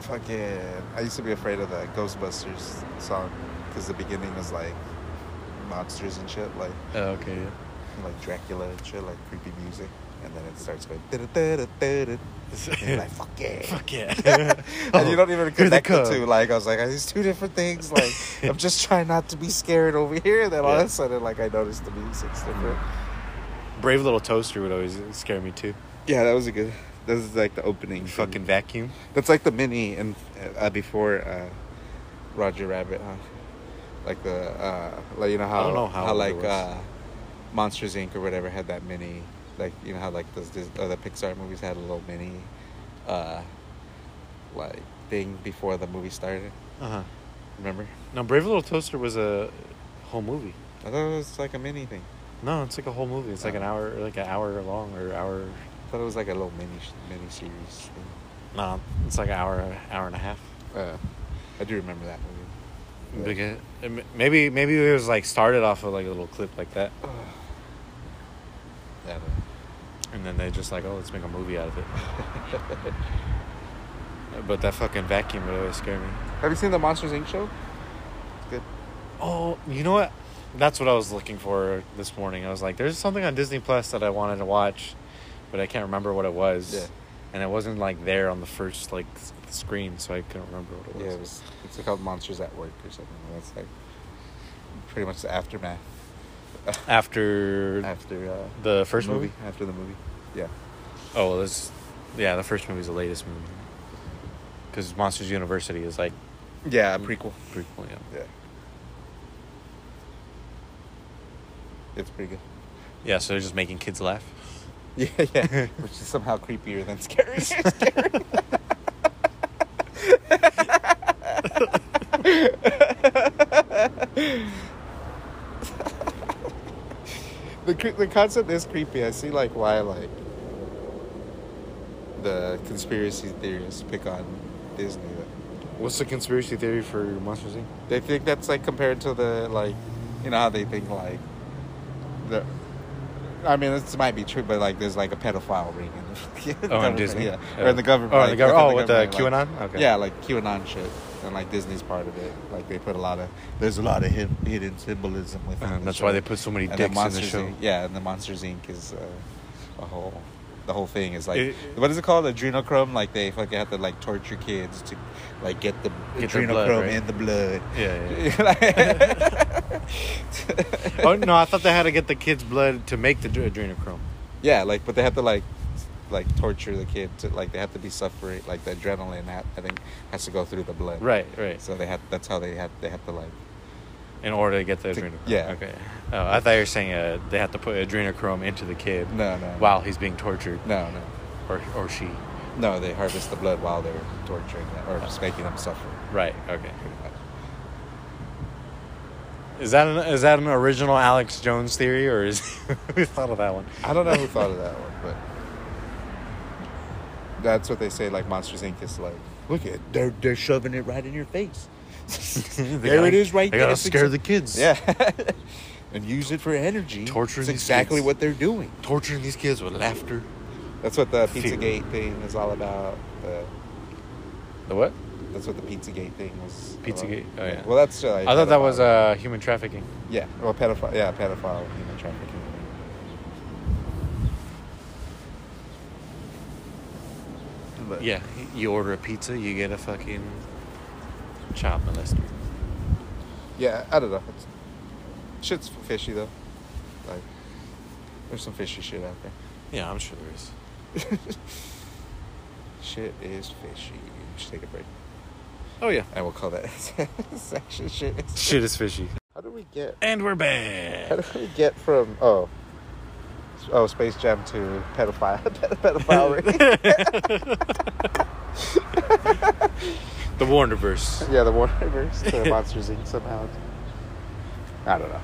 Speaker 2: fucking, I used to be afraid of the Ghostbusters song because the beginning was like monsters and shit, like
Speaker 3: Oh, okay. yeah.
Speaker 2: like Dracula and shit, like creepy music, and then it starts going. "Da-da-da-da-da-da." [LAUGHS] And you're like fuck [LAUGHS]
Speaker 3: [LAUGHS]
Speaker 2: yeah.
Speaker 3: Fuck yeah. [LAUGHS]
Speaker 2: And you don't even connect the
Speaker 3: come.
Speaker 2: two. Like I was like, these two different things. [LAUGHS] Like I'm just trying not to be scared over here. And then all of
Speaker 3: Yeah.
Speaker 2: a sudden, like I noticed the music's different.
Speaker 3: Brave Little Toaster would always scare me too.
Speaker 2: Yeah, that was a good. This is like the opening.
Speaker 3: Fucking vacuum.
Speaker 2: That's like the mini and uh, before uh, Roger Rabbit, huh? Like the uh, like you know how
Speaker 3: don't know how old it
Speaker 2: like
Speaker 3: was.
Speaker 2: uh, Monsters Inc. or whatever had that mini. Like you know how like those Dis- uh, the Pixar movies had a little mini, uh, like thing before the movie started.
Speaker 3: Uh huh.
Speaker 2: Remember?
Speaker 3: No, Brave Little Toaster was a whole movie.
Speaker 2: I thought it was like a mini thing.
Speaker 3: No, it's like a whole movie. It's like an
Speaker 2: Oh.
Speaker 3: hour, like an hour long or hour.
Speaker 2: I thought it was like a little mini mini series thing.
Speaker 3: No, it's like an hour, hour and a half.
Speaker 2: Uh, I do remember that movie. Yeah.
Speaker 3: Because maybe, maybe it was like started off with like a little clip like that,
Speaker 2: [SIGHS] Yeah, I don't
Speaker 3: and then they just like, oh, let's make a movie out of it.
Speaker 2: [LAUGHS]
Speaker 3: but that fucking vacuum would always scare me.
Speaker 2: Have you seen the Monsters Inc. show? It's good.
Speaker 3: Oh, you know what? That's what I was looking for this morning. I was like, there's something on Disney Plus that I wanted to watch, but I can't remember what it was.
Speaker 2: Yeah.
Speaker 3: And it wasn't like there on the first like s- screen, so I couldn't remember what it was.
Speaker 2: Yeah, it was, it's called Monsters at Work or something. That's like pretty much the aftermath
Speaker 3: After
Speaker 2: after uh,
Speaker 3: the first movie?
Speaker 2: After the movie, yeah.
Speaker 3: Oh, well, this yeah, the first movie's the latest movie. Because Monsters University is like
Speaker 2: Yeah, a prequel.
Speaker 3: prequel, yeah.
Speaker 2: Yeah, it's pretty good.
Speaker 3: Yeah, so they're just making kids laugh.
Speaker 2: [LAUGHS] Yeah, yeah, which is somehow creepier than scary. [LAUGHS] the cre- the concept is creepy. I see like why like the conspiracy theorists pick on Disney.
Speaker 3: What's the conspiracy theory for Monsters Inc?
Speaker 2: They think that's like compared to the like, you know how they think like the. I mean, this might be true, but like, there's like a pedophile ring in the [LAUGHS]
Speaker 3: Oh, on
Speaker 2: government,
Speaker 3: Disney?
Speaker 2: yeah,
Speaker 3: Yeah.
Speaker 2: or in the government.
Speaker 3: Oh, in the
Speaker 2: like,
Speaker 3: gov- oh,
Speaker 2: within
Speaker 3: with the
Speaker 2: government,
Speaker 3: QAnon?
Speaker 2: like-
Speaker 3: Okay.
Speaker 2: Yeah, like QAnon shit, and like Disney's part of it. Like they put a lot of there's a lot of hid, hidden symbolism within.
Speaker 3: Uh,
Speaker 2: the
Speaker 3: that's
Speaker 2: show.
Speaker 3: why they put so many
Speaker 2: And then
Speaker 3: dicks in the
Speaker 2: Monsters,
Speaker 3: show. [LAUGHS]
Speaker 2: Inc- Yeah, and the Monsters Inc. is uh, a whole. The whole thing is like,
Speaker 3: It-
Speaker 2: what is it called? Adrenochrome? Like they fucking have to like torture kids to like get the
Speaker 3: Get their
Speaker 2: adrenochrome
Speaker 3: blood, right?
Speaker 2: in the blood.
Speaker 3: Yeah, yeah,
Speaker 2: Like-
Speaker 3: [LAUGHS] oh no, I thought they had to get the kids' blood to make the dr- adrenochrome.
Speaker 2: yeah, like but they have to like like torture the kid to like they have to be suffering like the adrenaline ha- I think has to go through the blood.
Speaker 3: Right, right.
Speaker 2: So they have that's how they have they have to like
Speaker 3: In order to get the
Speaker 2: To-
Speaker 3: adrenochrome.
Speaker 2: yeah.
Speaker 3: Okay. Oh, I thought you were saying uh, they have to put adrenochrome into the kid
Speaker 2: no no
Speaker 3: while he's being tortured,
Speaker 2: no no
Speaker 3: or or she.
Speaker 2: no they harvest the blood while they're torturing them or just making them suffer.
Speaker 3: Right. Okay.
Speaker 2: pretty much.
Speaker 3: Is that an, is that an original Alex Jones theory, or is [LAUGHS] we thought of that one?
Speaker 2: I don't know who thought of that one, but that's what they say. Like Monsters Inc. is like look at they're they're shoving it right in your face.
Speaker 3: [LAUGHS] They
Speaker 2: there
Speaker 3: gotta-
Speaker 2: it is, right
Speaker 3: they
Speaker 2: there.
Speaker 3: gotta
Speaker 2: It's
Speaker 3: scare
Speaker 2: exa-
Speaker 3: the kids.
Speaker 2: Yeah. [LAUGHS] and use it for energy.
Speaker 3: Torturing
Speaker 2: It's
Speaker 3: these
Speaker 2: exactly
Speaker 3: kids.
Speaker 2: what they're doing.
Speaker 3: Torturing these kids with laughter.
Speaker 2: That's what the
Speaker 3: Fear.
Speaker 2: Pizzagate thing is all about. Uh,
Speaker 3: The what?
Speaker 2: that's what the Pizzagate thing was. about.
Speaker 3: Pizzagate, oh, yeah.
Speaker 2: Well, that's. Uh,
Speaker 3: I thought that was
Speaker 2: pedophile.
Speaker 3: uh, human trafficking.
Speaker 2: Yeah. Well, pedophile. Yeah, pedophile human trafficking. But-
Speaker 3: Yeah, you order a pizza, you get a fucking child molester.
Speaker 2: Yeah, I don't know. It's, shit's fishy though. Like, there's some fishy shit out there.
Speaker 3: Yeah, I'm sure there is.
Speaker 2: [LAUGHS] Shit is fishy. Just take a break,
Speaker 3: Oh yeah,
Speaker 2: and we'll call that [LAUGHS] section. Shit. Is
Speaker 3: shit is fishy.
Speaker 2: How do we get?
Speaker 3: And we're
Speaker 2: How
Speaker 3: back.
Speaker 2: do we get from oh, oh Space Jam to pedophile [LAUGHS] pedophilery?
Speaker 3: The Warnerverse.
Speaker 2: yeah, the
Speaker 3: [LAUGHS]
Speaker 2: Warnerverse to Monsters Inc. Somehow. I don't know,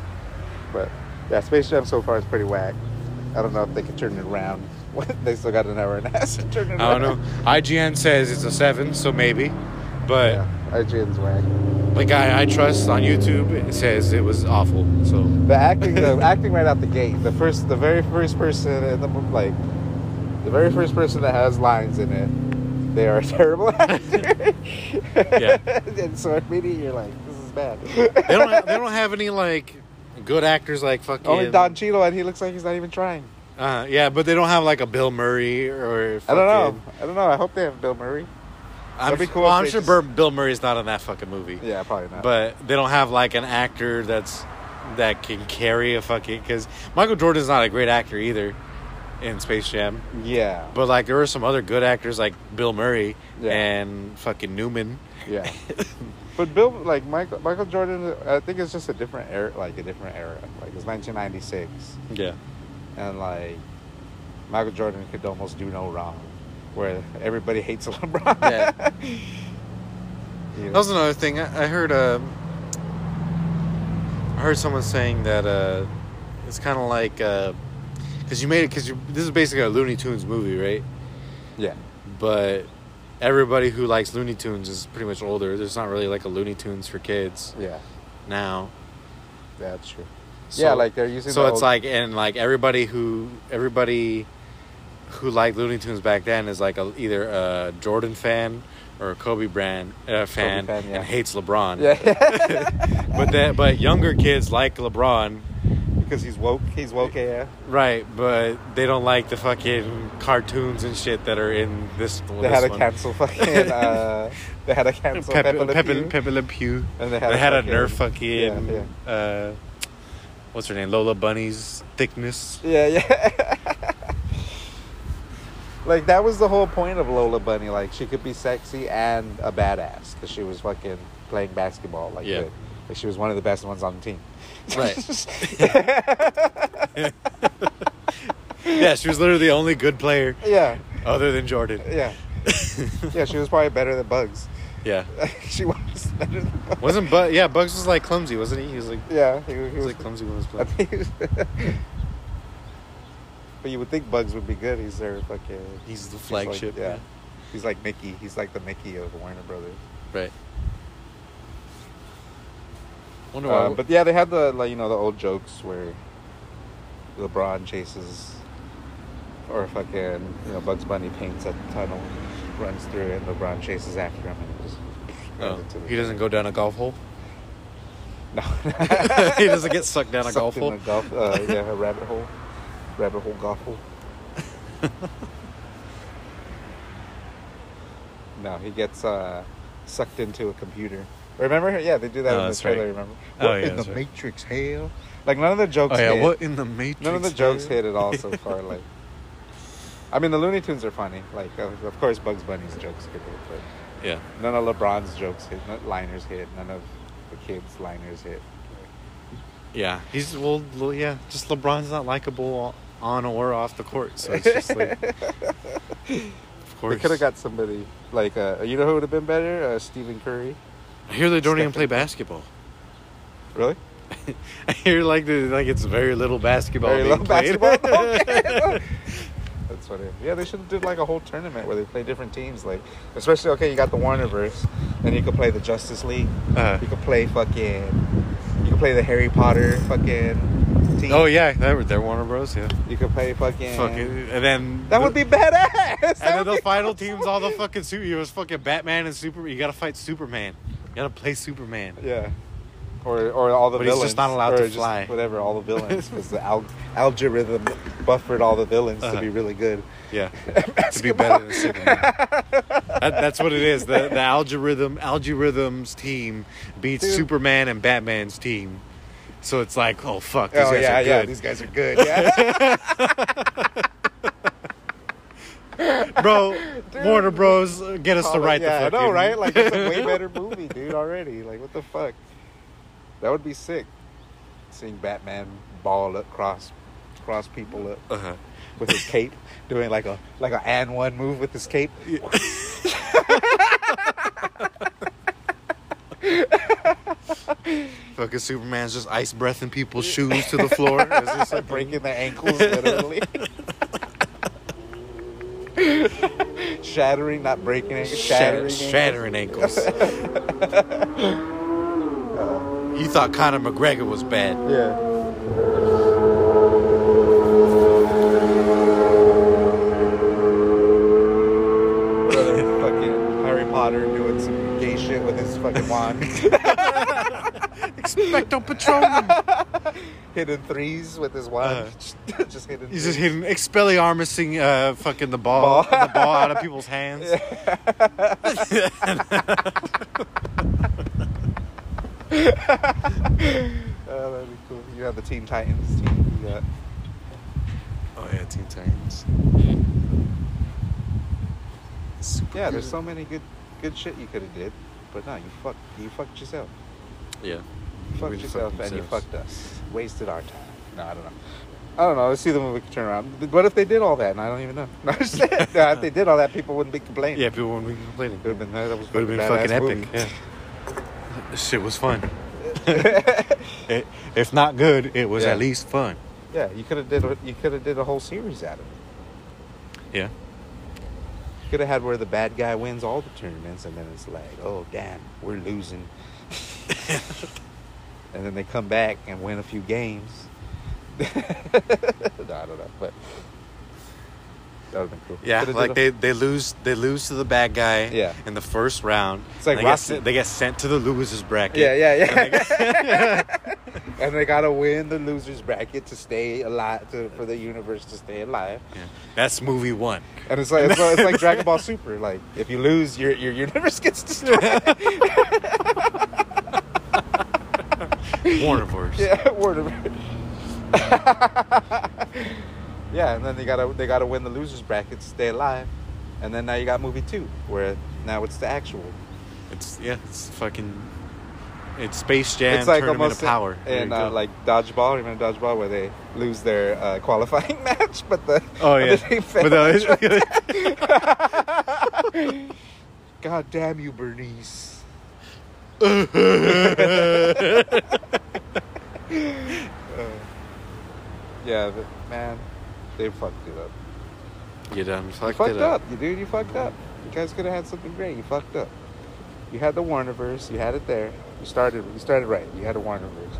Speaker 2: but yeah, Space Jam so far is pretty whack. I don't know if they can turn it around [LAUGHS] What? They still got an hour and a half to turn it
Speaker 3: I don't
Speaker 2: around.
Speaker 3: know. IGN says it's a seven, so maybe. But
Speaker 2: Yeah, IGN's whack.
Speaker 3: the guy I trust on YouTube says it was awful. So
Speaker 2: The acting, the
Speaker 3: [LAUGHS]
Speaker 2: acting right out the gate. The first, the very first person in the mo- like, the very first person that has lines in it, they are
Speaker 3: [LAUGHS]
Speaker 2: a terrible actor.
Speaker 3: Yeah.
Speaker 2: [LAUGHS] and so immediately you're like, this is bad.
Speaker 3: they
Speaker 2: [LAUGHS]
Speaker 3: don't. They don't have any like good actors like fucking.
Speaker 2: Only Don Cheadle, and he looks like he's not even trying.
Speaker 3: Uh, yeah, but they don't have like a Bill Murray or.
Speaker 2: I
Speaker 3: Fucking,
Speaker 2: don't know. I don't know. I hope they have Bill Murray.
Speaker 3: I'm,
Speaker 2: That'd be cool
Speaker 3: well,
Speaker 2: if
Speaker 3: I'm
Speaker 2: they
Speaker 3: sure
Speaker 2: just-
Speaker 3: Bur- Bill Murray's not in that fucking movie.
Speaker 2: Yeah, probably not.
Speaker 3: But they don't have like an actor that's that can carry a fucking because Michael Jordan's not a great actor either in Space Jam.
Speaker 2: yeah,
Speaker 3: But like there were some other good actors like Bill Murray
Speaker 2: Yeah.
Speaker 3: and fucking Newman.
Speaker 2: yeah. [LAUGHS] but Bill, like Michael, Michael Jordan, I think it's just a different era, like a different era. Like it's 1996.
Speaker 3: Yeah.
Speaker 2: and like Michael Jordan could almost do no wrong, where everybody hates [LAUGHS] LeBron. [LAUGHS]
Speaker 3: Yeah. That
Speaker 2: You know?
Speaker 3: was another thing. I, I heard. um I heard someone saying that uh, it's kind of like because you made it because you. This is basically a Looney Tunes movie, right?
Speaker 2: yeah,
Speaker 3: But everybody who likes Looney Tunes is pretty much older. There's not really like a Looney Tunes for kids
Speaker 2: yeah,
Speaker 3: now.
Speaker 2: that's true.
Speaker 3: So-
Speaker 2: yeah, like they're using.
Speaker 3: so
Speaker 2: the
Speaker 3: it's
Speaker 2: old-
Speaker 3: like and like everybody who everybody who liked Looney Tunes back then is like a, either a Jordan fan or a Kobe brand uh, fan,
Speaker 2: fan, yeah.
Speaker 3: and hates LeBron. [LAUGHS]
Speaker 2: [LAUGHS] yeah,
Speaker 3: But that but younger kids like LeBron,
Speaker 2: because he's woke. He's woke AF.
Speaker 3: right? But they don't like the fucking cartoons and shit that are in this.
Speaker 2: They had
Speaker 3: this
Speaker 2: to
Speaker 3: one.
Speaker 2: cancel fucking.
Speaker 3: [LAUGHS]
Speaker 2: Uh, they had to cancel
Speaker 3: Pepe,
Speaker 2: Pepe,
Speaker 3: Pepe,
Speaker 2: Le Pew.
Speaker 3: Pepe Le Pew.
Speaker 2: And
Speaker 3: They had a
Speaker 2: fucking-
Speaker 3: Nerf fucking.
Speaker 2: Yeah,
Speaker 3: Uh, what's her name? Lola Bunny's
Speaker 2: [LAUGHS]
Speaker 3: thickness.
Speaker 2: Yeah, yeah. like that was the whole point of Lola Bunny. Like she could be sexy and a badass because she was fucking playing basketball. Like,
Speaker 3: Yeah.
Speaker 2: good. like she was one of the best ones on the team.
Speaker 3: yeah, she was literally the only good player
Speaker 2: [LAUGHS] yeah,
Speaker 3: other than Jordan. [LAUGHS]
Speaker 2: yeah, yeah. She was probably better than Bugs. [LAUGHS]
Speaker 3: Yeah.
Speaker 2: she was better than Bugs.
Speaker 3: Wasn't but yeah, Bugs was like clumsy, wasn't he? He was like
Speaker 2: Yeah, he, was-
Speaker 3: he was like clumsy when he was
Speaker 2: [LAUGHS] I
Speaker 3: playing.
Speaker 2: think he was. [LAUGHS] but you would think Bugs would be good. He's their fucking.
Speaker 3: [LAUGHS] He's the
Speaker 2: he's like-
Speaker 3: flagship.
Speaker 2: yeah. He's like Mickey. He's like the Mickey of Warner Brothers.
Speaker 3: Right. Wonder why.
Speaker 2: Uh, but yeah, they had the like you know the old jokes where LeBron chases or fucking you know Bugs Bunny paints a tunnel, runs through it, and LeBron chases after him. And just runs
Speaker 3: Oh,
Speaker 2: into the-
Speaker 3: he doesn't go down a golf hole.
Speaker 2: [LAUGHS]
Speaker 3: [LAUGHS]
Speaker 2: No,
Speaker 3: he doesn't get sucked down a
Speaker 2: Sucked
Speaker 3: golf
Speaker 2: in
Speaker 3: hole.
Speaker 2: a golf- uh, yeah, a rabbit hole, rabbit hole golf
Speaker 3: [LAUGHS]
Speaker 2: hole. no, he gets uh, sucked into a computer. Remember? Yeah, they do that
Speaker 3: Oh,
Speaker 2: in the
Speaker 3: that's right.
Speaker 2: trailer. Remember?
Speaker 3: Oh,
Speaker 2: What
Speaker 3: yeah,
Speaker 2: in the
Speaker 3: that's right.
Speaker 2: Matrix? Hell, like none of the jokes.
Speaker 3: Oh yeah,
Speaker 2: hit.
Speaker 3: what in the Matrix?
Speaker 2: None of the jokes hit at
Speaker 3: [LAUGHS]
Speaker 2: all so far. Like, I mean, the Looney Tunes are funny. Like, of, of course, Bugs Bunny's jokes get hit, but
Speaker 3: Yeah.
Speaker 2: none of LeBron's jokes hit. None liners hit. None of the kids' liners hit.
Speaker 3: Yeah. He's well, l- yeah. Just LeBron's not likable on or off the court, so it's just like.
Speaker 2: [LAUGHS]
Speaker 3: of course.
Speaker 2: They could have got somebody like uh, you know who would have been better? Uh, Stephen Curry.
Speaker 3: I hear they don't even
Speaker 2: Steph-
Speaker 3: play basketball.
Speaker 2: Really?
Speaker 3: [LAUGHS] I hear like the, like it's very little basketball.
Speaker 2: Very
Speaker 3: being
Speaker 2: low
Speaker 3: played. [LAUGHS]
Speaker 2: basketball. [LAUGHS] Okay. That's what it. Yeah, they should have did like a whole tournament where they play different teams. Like, especially okay, you got the Warnerverse, then you could play the Justice League.
Speaker 3: Uh-huh.
Speaker 2: [LAUGHS] You could play fucking. You could play the Harry Potter fucking team.
Speaker 3: oh yeah, they're, they're Warner Bros. Yeah.
Speaker 2: You could play fucking.
Speaker 3: Fucking and then
Speaker 2: That would be badass.
Speaker 3: And then
Speaker 2: That would
Speaker 3: the
Speaker 2: be- [LAUGHS]
Speaker 3: final team's all the fucking superheroes. Fucking Batman and Superman. You gotta fight Superman. You gotta play Superman.
Speaker 2: Yeah. Or, or all the
Speaker 3: But he's
Speaker 2: villains.
Speaker 3: just not allowed
Speaker 2: or
Speaker 3: to
Speaker 2: just
Speaker 3: fly.
Speaker 2: Whatever, all
Speaker 3: [LAUGHS]
Speaker 2: the villains. Because the al- algorithm buffered all the villains
Speaker 3: Uh-huh.
Speaker 2: to be really good.
Speaker 3: Yeah.
Speaker 2: [LAUGHS]
Speaker 3: to be better than Superman. that, that's what it is. The the algorithm algorithms team beats
Speaker 2: Dude.
Speaker 3: Superman and Batman's team. So it's like, oh fuck, these
Speaker 2: oh,
Speaker 3: guys
Speaker 2: yeah,
Speaker 3: are
Speaker 2: yeah.
Speaker 3: good.
Speaker 2: These guys
Speaker 3: [LAUGHS]
Speaker 2: are good. Yeah. [LAUGHS]
Speaker 3: Bro, Warner Bros, uh, get us to
Speaker 2: All
Speaker 3: write the
Speaker 2: yeah,
Speaker 3: fucking
Speaker 2: I know, right? Like, it's
Speaker 3: [LAUGHS]
Speaker 2: a way better movie, dude, already. Like, what the fuck? That would be sick. Seeing Batman ball up, cross, cross people up
Speaker 3: Uh-huh.
Speaker 2: with his cape, doing like a like a and one move with his cape.
Speaker 3: Fucking Superman's just ice breathing [LAUGHS]
Speaker 2: [LAUGHS]
Speaker 3: people's shoes to the floor. It's just like-
Speaker 2: breaking their ankles literally. shattering, not breaking it,
Speaker 3: Shatter-
Speaker 2: shattering.
Speaker 3: shattering ankles.
Speaker 2: [LAUGHS]
Speaker 3: you thought Conor McGregor was bad.
Speaker 2: Yeah. Brother, fucking Harry Potter doing some gay shit with his fucking wand,
Speaker 3: [LAUGHS] Expecto Patronum.
Speaker 2: hitting threes with his wand,
Speaker 3: Uh.
Speaker 2: just, [LAUGHS] just hitting.
Speaker 3: He's just
Speaker 2: threes.
Speaker 3: hitting expelliarmising uh, fucking the ball,
Speaker 2: Ball.
Speaker 3: the ball out of people's
Speaker 2: [LAUGHS]
Speaker 3: hands.
Speaker 2: [LAUGHS] Oh, that'd be cool. You have the Teen Titans team. You got
Speaker 3: Oh yeah, Teen Titans. Super
Speaker 2: Yeah, there's
Speaker 3: good.
Speaker 2: so many good good shit you could have did, but no, you fucked you fucked yourself.
Speaker 3: Yeah.
Speaker 2: You fucked
Speaker 3: Really
Speaker 2: yourself
Speaker 3: fucked
Speaker 2: and you
Speaker 3: themselves.
Speaker 2: fucked us. Wasted our time. No, I don't know. I don't know. Let's see the movie turn around. What if they did all that? And I don't even know. [LAUGHS] No, I'm just saying. No, if they did all that, people wouldn't be complaining.
Speaker 3: Yeah, people wouldn't be complaining.
Speaker 2: It would have been, that was
Speaker 3: Would have been
Speaker 2: fucking
Speaker 3: fucking
Speaker 2: badass
Speaker 3: epic.
Speaker 2: movie.
Speaker 3: Yeah. This shit was fun.
Speaker 2: [LAUGHS]
Speaker 3: it, if not good, it was
Speaker 2: Yeah.
Speaker 3: at least fun.
Speaker 2: Yeah, you could have did a, you could have did a whole series out of it.
Speaker 3: Yeah.
Speaker 2: You could have had where the bad guy wins all the tournaments, and then it's like, oh damn,
Speaker 3: [LAUGHS]
Speaker 2: we're losing. and then they come back and win a few games. [LAUGHS] no, I don't know, but that would have been cool.
Speaker 3: Yeah,
Speaker 2: Coulda did
Speaker 3: like
Speaker 2: a-
Speaker 3: they, they lose they lose to the bad guy
Speaker 2: Yeah.
Speaker 3: in the first round.
Speaker 2: It's like
Speaker 3: they get,
Speaker 2: Rocky.
Speaker 3: sent, they get sent to the losers bracket.
Speaker 2: [LAUGHS] Yeah, yeah, yeah. [LAUGHS] and they gotta win the losers bracket to stay alive, to, for the universe to stay alive.
Speaker 3: Yeah. That's movie
Speaker 2: [LAUGHS]
Speaker 3: one.
Speaker 2: And it's like it's, like-
Speaker 3: [LAUGHS]
Speaker 2: it's like Dragon Ball Super. Like if you lose, your your universe [LAUGHS]
Speaker 3: [LAUGHS]
Speaker 2: gets destroyed.
Speaker 3: Warnerverse.
Speaker 2: yeah, word of [LAUGHS] yeah, and then they gotta they gotta win the losers bracket to stay alive. And then now you got movie two, where now it's the actual.
Speaker 3: It's yeah, it's fucking it's Space Jam
Speaker 2: it's like
Speaker 3: Tournament
Speaker 2: almost
Speaker 3: of Power. There
Speaker 2: and
Speaker 3: you
Speaker 2: uh,
Speaker 3: go.
Speaker 2: like dodgeball. Remember dodgeball, where they lose their uh, [LAUGHS] qualifying match, but the
Speaker 3: Oh
Speaker 2: but [LAUGHS]
Speaker 3: yeah.
Speaker 2: the team
Speaker 3: But
Speaker 2: failed.
Speaker 3: no,
Speaker 2: [LAUGHS] God damn you, Bernice. [LAUGHS] Yeah, but man, they fucked it up.
Speaker 3: [LAUGHS] you done
Speaker 2: You
Speaker 3: fucked,
Speaker 2: fucked
Speaker 3: it
Speaker 2: up. you dude. You fucked up. You guys could have had something great. You fucked up. You had the Warnerverse. You had it there. You started. You started right. You had a Warnerverse,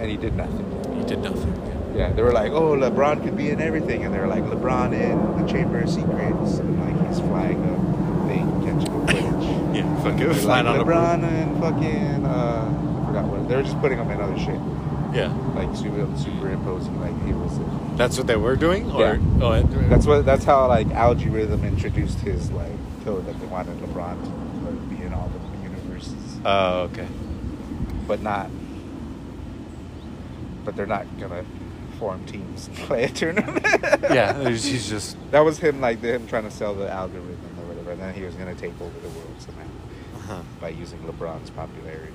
Speaker 2: and you did nothing.
Speaker 3: You did nothing.
Speaker 2: Yeah, they were like, "Oh, LeBron could be in everything," and they were like, "LeBron in the Chamber of Secrets," and like he's flying a thing, catching a footage.
Speaker 3: Yeah, fuck
Speaker 2: They're
Speaker 3: it. Flying on
Speaker 2: like,
Speaker 3: a
Speaker 2: LeBron and fucking uh, I forgot what. They were just putting him in other shit,
Speaker 3: Yeah.
Speaker 2: like super, superimposing, like he was. in-
Speaker 3: That's what they were doing? Or
Speaker 2: Yeah.
Speaker 3: oh, it,
Speaker 2: That's what. That's how like algae rhythm introduced his like code that they wanted LeBron to like, be in all the universes,
Speaker 3: Oh,
Speaker 2: [LAUGHS]
Speaker 3: okay.
Speaker 2: but not. But they're not gonna form teams and [LAUGHS] play a tournament.
Speaker 3: Yeah, it was- he's just
Speaker 2: that was him like him trying to sell the algorithm or whatever, and then he was gonna take over the world somehow
Speaker 3: uh
Speaker 2: by using LeBron's popularity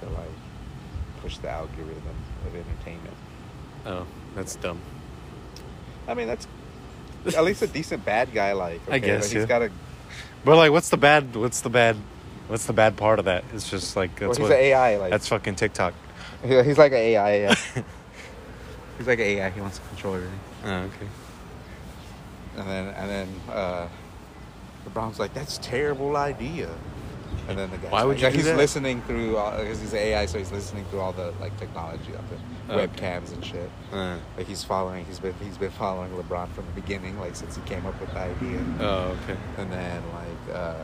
Speaker 2: to like push the algorithm of entertainment.
Speaker 3: Oh, that's dumb.
Speaker 2: I
Speaker 3: [LAUGHS]
Speaker 2: mean, that's at least a decent bad guy. Like,
Speaker 3: I guess,
Speaker 2: he's
Speaker 3: yeah.
Speaker 2: got a
Speaker 3: But like, what's the bad? What's the bad? What's the bad part of that? It's just like
Speaker 2: well,
Speaker 3: that's
Speaker 2: he's
Speaker 3: what
Speaker 2: an AI. Like,
Speaker 3: that's fucking TikTok.
Speaker 2: He- [LAUGHS] He's like an AI.
Speaker 3: [LAUGHS]
Speaker 2: Yeah. he's like an AI. He wants to control everything.
Speaker 3: Oh, okay.
Speaker 2: And then and then uh, LeBron's like, "That's a terrible idea." And then the guy,
Speaker 3: Why would you do
Speaker 2: He's
Speaker 3: that?
Speaker 2: listening through because he's an AI, so he's listening through all the like technology, all the
Speaker 3: Oh, Okay.
Speaker 2: webcams and shit.
Speaker 3: Uh,
Speaker 2: Like he's following. He's been he's been following LeBron from the beginning, like since he came up with the idea.
Speaker 3: oh, okay.
Speaker 2: And then like, uh,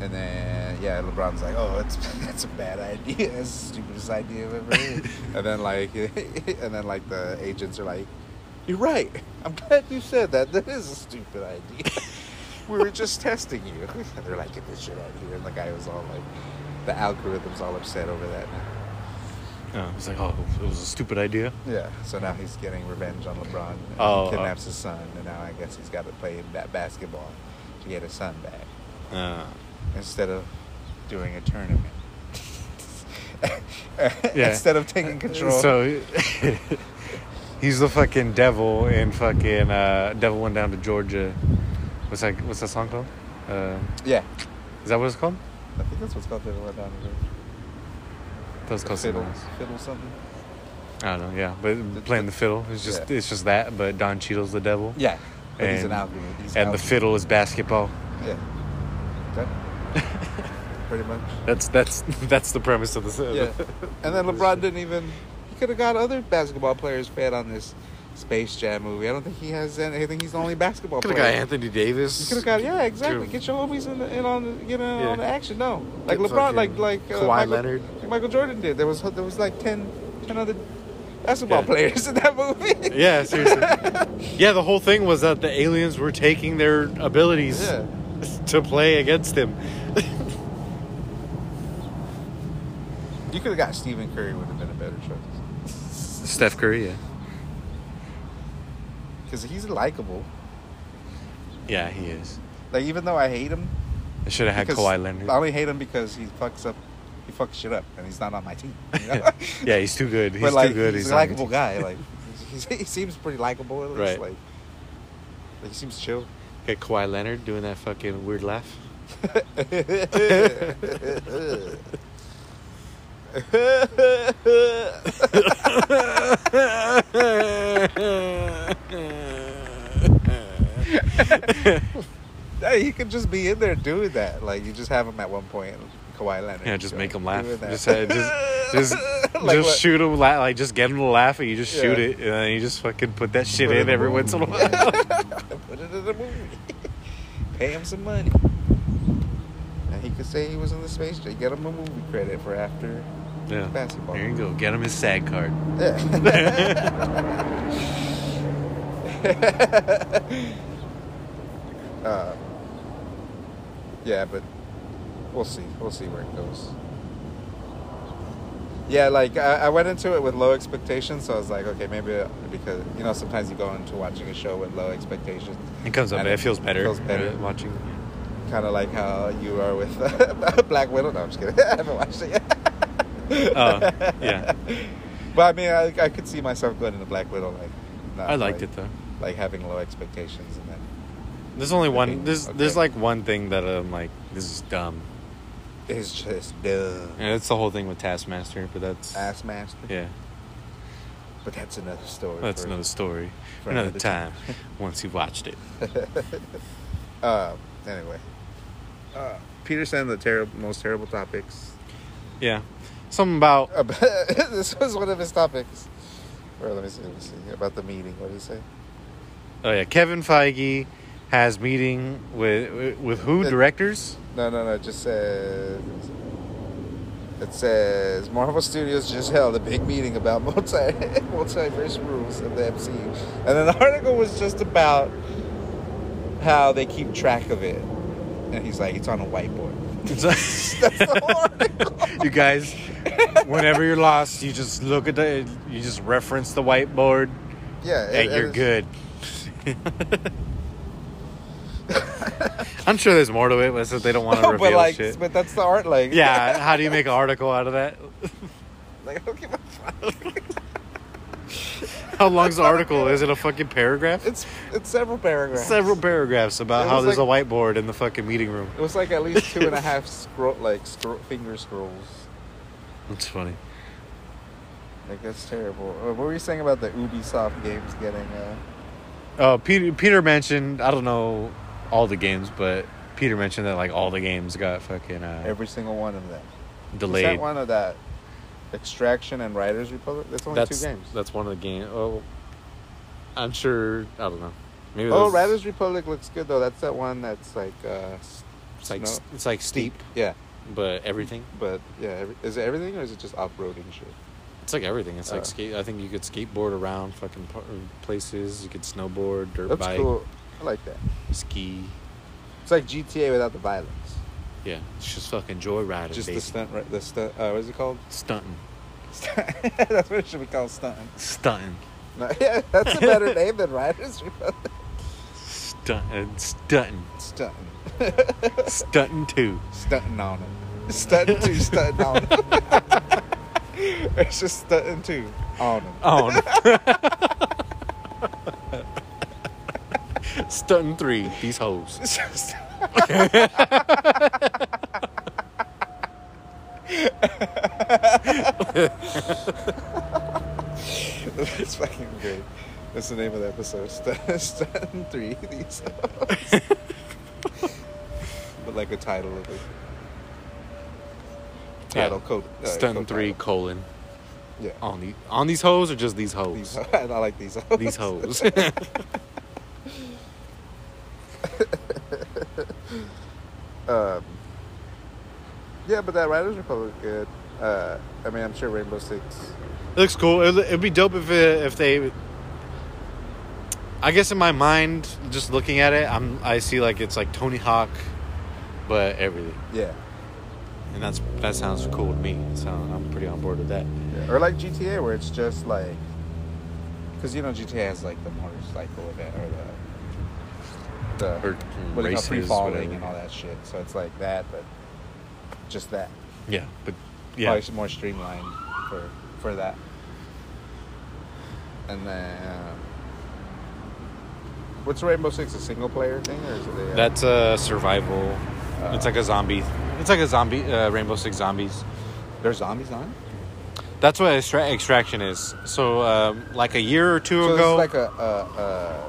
Speaker 2: and then yeah, LeBron's like, oh, it's that's [LAUGHS] a bad idea. [LAUGHS] That's the stupidest idea I've ever heard. and then like, [LAUGHS] and then like the agents are like, you're right. I'm glad you said that. That is a stupid idea. [LAUGHS] we were just testing you. [LAUGHS] And they're like, get this shit out of here. And the guy was all like, the algorithm's all upset over that.
Speaker 3: Oh, it's like, oh, it was a stupid idea.
Speaker 2: Yeah. So now he's getting revenge on LeBron. And
Speaker 3: Oh,
Speaker 2: kidnaps his son, and now I guess he's got to play ba- basketball to get his son back.
Speaker 3: Uh,
Speaker 2: instead of doing a tournament. [LAUGHS]
Speaker 3: Yeah. Uh,
Speaker 2: Instead of taking control.
Speaker 3: so [LAUGHS] he's the fucking devil in fucking uh, Devil Went Down to Georgia. What's that? What's that song called? Uh,
Speaker 2: yeah,
Speaker 3: is that what it's called?
Speaker 2: I think that's what's called the Let Down
Speaker 3: That was called something
Speaker 2: Fiddle,
Speaker 3: else.
Speaker 2: fiddle something.
Speaker 3: I don't know, yeah, but playing the fiddle is just
Speaker 2: Yeah.
Speaker 3: it's just that. But Don Cheadle's the devil.
Speaker 2: Yeah. But he's an
Speaker 3: And-
Speaker 2: alchemist. He's
Speaker 3: and
Speaker 2: an
Speaker 3: the fiddle is basketball.
Speaker 2: alchemist.
Speaker 3: [LAUGHS]
Speaker 2: Yeah. Done. Pretty much.
Speaker 3: That's that's [LAUGHS] that's the premise of the [LAUGHS]
Speaker 2: Yeah. And then LeBron didn't even. He could have got other basketball players fed on this Space Jam movie. I don't think he has any- anything. He's the only basketball
Speaker 3: Could have got
Speaker 2: player.
Speaker 3: Anthony Davis.
Speaker 2: You could have got yeah, exactly.
Speaker 3: Could've-
Speaker 2: Get your homies in, the, in on the, get in
Speaker 3: Yeah.
Speaker 2: on the action. No, like
Speaker 3: Get
Speaker 2: LeBron,
Speaker 3: fucking
Speaker 2: like like
Speaker 3: Kawhi
Speaker 2: Michael,
Speaker 3: Leonard.
Speaker 2: Michael Jordan did. There was there was like 10, 10 other basketball
Speaker 3: Yeah.
Speaker 2: players in that movie.
Speaker 3: [LAUGHS] Yeah, seriously. yeah, the whole thing was that the aliens were taking their abilities
Speaker 2: Yeah.
Speaker 3: to play against him.
Speaker 2: You could have got Stephen Curry would have been a better choice
Speaker 3: Steph Curry, yeah.
Speaker 2: because he's likable.
Speaker 3: Yeah, he is.
Speaker 2: Like even though I hate him,
Speaker 3: I should have had
Speaker 2: because-
Speaker 3: Kawhi Leonard.
Speaker 2: I only hate him because he fucks up, he fucks shit up, and he's not on my team. you know?
Speaker 3: [LAUGHS] yeah, he's too good. He's
Speaker 2: but like
Speaker 3: too good.
Speaker 2: he's, a
Speaker 3: not-
Speaker 2: likable guy.
Speaker 3: [LAUGHS]
Speaker 2: Like he's, he seems pretty likable. At least.
Speaker 3: Right.
Speaker 2: Like, like he seems chill.
Speaker 3: [LAUGHS] Got Kawhi Leonard doing that fucking weird laugh.
Speaker 2: [LAUGHS] Hey, he could just be in there doing that. Like you just have him at one point, Kawhi Leonard.
Speaker 3: Yeah, just
Speaker 2: like,
Speaker 3: make him laugh.
Speaker 2: doing that.
Speaker 3: Just, have- just, just,
Speaker 2: [LAUGHS] Like
Speaker 3: just
Speaker 2: what?
Speaker 3: shoot him, la- like just get him to laugh, and you just shoot
Speaker 2: Yeah.
Speaker 3: it, and then you just fucking put that shit
Speaker 2: Put it
Speaker 3: in
Speaker 2: in
Speaker 3: every
Speaker 2: the
Speaker 3: once in a
Speaker 2: [LAUGHS]
Speaker 3: while.
Speaker 2: Put it in the movie. [LAUGHS] Pay him some money. And he could say he was in the space jam. Get him a movie credit for after. [LAUGHS]
Speaker 3: yeah.
Speaker 2: Basketball.
Speaker 3: There you go. Get him his SAG
Speaker 2: [LAUGHS]
Speaker 3: card.
Speaker 2: Yeah. uh, yeah, but we'll see. We'll see where it goes. Yeah, like I, I went into it with low expectations, so I was like, okay, maybe because you know sometimes you go into watching a show with low expectations,
Speaker 3: It comes up.
Speaker 2: And
Speaker 3: It, feels better.
Speaker 2: feels better.
Speaker 3: uh, watching.
Speaker 2: kind of like how you are with [LAUGHS] Black Widow. No, I'm just kidding. [LAUGHS] I haven't watched it yet.
Speaker 3: [LAUGHS] Oh,
Speaker 2: [LAUGHS]
Speaker 3: yeah.
Speaker 2: But I mean, I, I could see myself going into Black Widow. Like, not,
Speaker 3: I liked
Speaker 2: like-
Speaker 3: it though.
Speaker 2: Like having low expectations and then.
Speaker 3: There's only
Speaker 2: Okay,
Speaker 3: one. There's there's
Speaker 2: okay.
Speaker 3: like one thing that I'm like this is dumb,
Speaker 2: It's just dumb.
Speaker 3: and it's the whole thing with Taskmaster. But that's
Speaker 2: Ass master.
Speaker 3: yeah,
Speaker 2: But that's another story.
Speaker 3: that's
Speaker 2: for-
Speaker 3: another story
Speaker 2: for
Speaker 3: for another
Speaker 2: another
Speaker 3: time.
Speaker 2: [LAUGHS]
Speaker 3: once you watched it,
Speaker 2: Uh, anyway. Uh, Peter sent the terrible, most terrible topics.
Speaker 3: yeah, something about
Speaker 2: About- Uh, [LAUGHS] this was one of his topics. Well, let me see. Let me see. About the meeting. What did he say?
Speaker 3: oh yeah, Kevin Feige has meeting with with who
Speaker 2: It- [LAUGHS]
Speaker 3: directors?
Speaker 2: No, no, no. It just says. It says Marvel Studios just [LAUGHS] held a big meeting about multi [LAUGHS] multiverse rules of the MCU, and then the article was just about how they keep track of it. And he's like, it's on a whiteboard. That's the whole article.
Speaker 3: you guys, whenever you're lost, you just look at the you just reference the whiteboard,
Speaker 2: Yeah,
Speaker 3: and you're
Speaker 2: it's- [LAUGHS]
Speaker 3: good. [LAUGHS] I'm sure there's more to it, but it's that they don't want to
Speaker 2: No,
Speaker 3: reveal
Speaker 2: [LAUGHS] but like,
Speaker 3: shit.
Speaker 2: but that's the art. Like,
Speaker 3: yeah, how do you make an article out of that?
Speaker 2: [LAUGHS] like I don't give a fuck.
Speaker 3: How long's the article? Is it a fucking paragraph?
Speaker 2: It's it's several paragraphs.
Speaker 3: Several paragraphs about
Speaker 2: It
Speaker 3: how
Speaker 2: was
Speaker 3: there's a whiteboard in the fucking meeting room.
Speaker 2: It was like at least two and
Speaker 3: [LAUGHS]
Speaker 2: a half scroll, like scroll, finger scrolls.
Speaker 3: It's funny.
Speaker 2: Like that's terrible. Uh, What were you saying about the Ubisoft games getting? Uh,
Speaker 3: Uh, Peter Peter mentioned I don't know all the games, but Peter mentioned that like all the games got fucking uh,
Speaker 2: every single one of them.
Speaker 3: delayed.
Speaker 2: Is that one of that Extraction and Riders Republic? That's only
Speaker 3: that's
Speaker 2: two games.
Speaker 3: that's one of the games. Oh, I'm sure. I don't know. Maybe
Speaker 2: oh,
Speaker 3: those-
Speaker 2: Riders Republic looks good though. That's that one that's like. Uh,
Speaker 3: It's like
Speaker 2: snow-
Speaker 3: it's like steep,
Speaker 2: yeah,
Speaker 3: but everything.
Speaker 2: but yeah, every, is it everything or is it just off-roading shit?
Speaker 3: It's like everything. It's
Speaker 2: Uh.
Speaker 3: like skate. I think you could skateboard around fucking par- places. You could snowboard, dirt
Speaker 2: That's
Speaker 3: bike,
Speaker 2: cool. I like that.
Speaker 3: ski.
Speaker 2: It's like GTA without the violence.
Speaker 3: Yeah, it's just fucking joyriding.
Speaker 2: Just the
Speaker 3: baby.
Speaker 2: stunt, ri- the stunt. Uh, what is it called? [LAUGHS]
Speaker 3: stunting,
Speaker 2: that's what it should be called, stunting.
Speaker 3: stunting,
Speaker 2: No, [LAUGHS] yeah, that's
Speaker 3: [LAUGHS]
Speaker 2: a better name than Riders Republic.
Speaker 3: stunting, stunting,
Speaker 2: Stunting.
Speaker 3: stunting too.
Speaker 2: stunting on him. Stunting too, stunting on him. [LAUGHS] it's just stunting too on him.
Speaker 3: Oh, no. [LAUGHS] stunting three. These hoes.
Speaker 2: [LAUGHS] [LAUGHS] It's just- That's fucking great. That's the name of the episode. Stunt, stunt three. These [LAUGHS] but like a title of it. Title code. uh,
Speaker 3: Stun
Speaker 2: code
Speaker 3: three
Speaker 2: title.
Speaker 3: colon
Speaker 2: Yeah.
Speaker 3: on the on these hoes or just these hoes?
Speaker 2: These, [LAUGHS] I like these. hoes.
Speaker 3: these hoes.
Speaker 2: Um, yeah, but that Riders Republic good. Uh, I mean, I'm sure Rainbow Six.
Speaker 3: It looks cool. It'd, it'd be dope if it, if they. I guess in my mind, just looking at it, I'm I see like it's like Tony Hawk, but everything,
Speaker 2: Yeah.
Speaker 3: and that's that sounds cool to me. So I'm pretty on board with that.
Speaker 2: Yeah. Or like GTA, where it's just like, because you know GTA has like the motorcycle event or the the
Speaker 3: Or
Speaker 2: what do you call free
Speaker 3: races,
Speaker 2: falling
Speaker 3: whatever.
Speaker 2: and all that shit. So it's like that, but just that.
Speaker 3: Yeah, but
Speaker 2: Probably
Speaker 3: yeah,
Speaker 2: s- more streamlined for for that. And then, um, what's Rainbow Six? A single player thing, or is it? uh, A,
Speaker 3: that's a survival. It's like a zombie. It's like a zombie uh, Rainbow Six Zombies.
Speaker 2: there's zombies on. it?
Speaker 3: That's what extra- extraction is. So um, like a year or two
Speaker 2: So
Speaker 3: ago,
Speaker 2: it's like a, a, a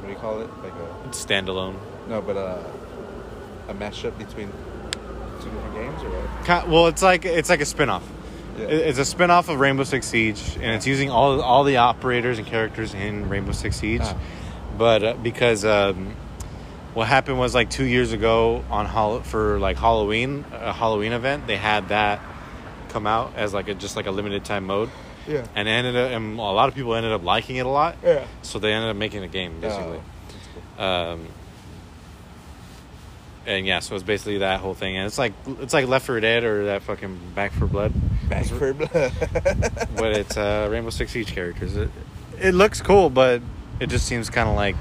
Speaker 2: what do you call it? Like a
Speaker 3: it's standalone.
Speaker 2: No, but uh, a mashup between two different games, or what?
Speaker 3: Ki- Well, it's like it's like a spin-off.
Speaker 2: Yeah.
Speaker 3: It- It's a spin-off of Rainbow Six Siege, and it's using all all the operators and characters in Rainbow Six Siege.
Speaker 2: Ah.
Speaker 3: But uh, because um, what happened was like two years ago on Hall- for like Halloween, a Halloween event, they had that come out as like a just like a limited time mode,
Speaker 2: Yeah.
Speaker 3: and it ended up and a lot of people ended up liking it a lot.
Speaker 2: Yeah. Ah,
Speaker 3: So they ended up making a game basically. Um, and yeah, so it's basically that whole thing, and it's like it's like Left 4 Dead or that fucking Back for Blood,
Speaker 2: Back
Speaker 3: [LAUGHS]
Speaker 2: for blood.
Speaker 3: but it's uh, Rainbow Six Siege characters. It, it looks cool, but it just seems kind of like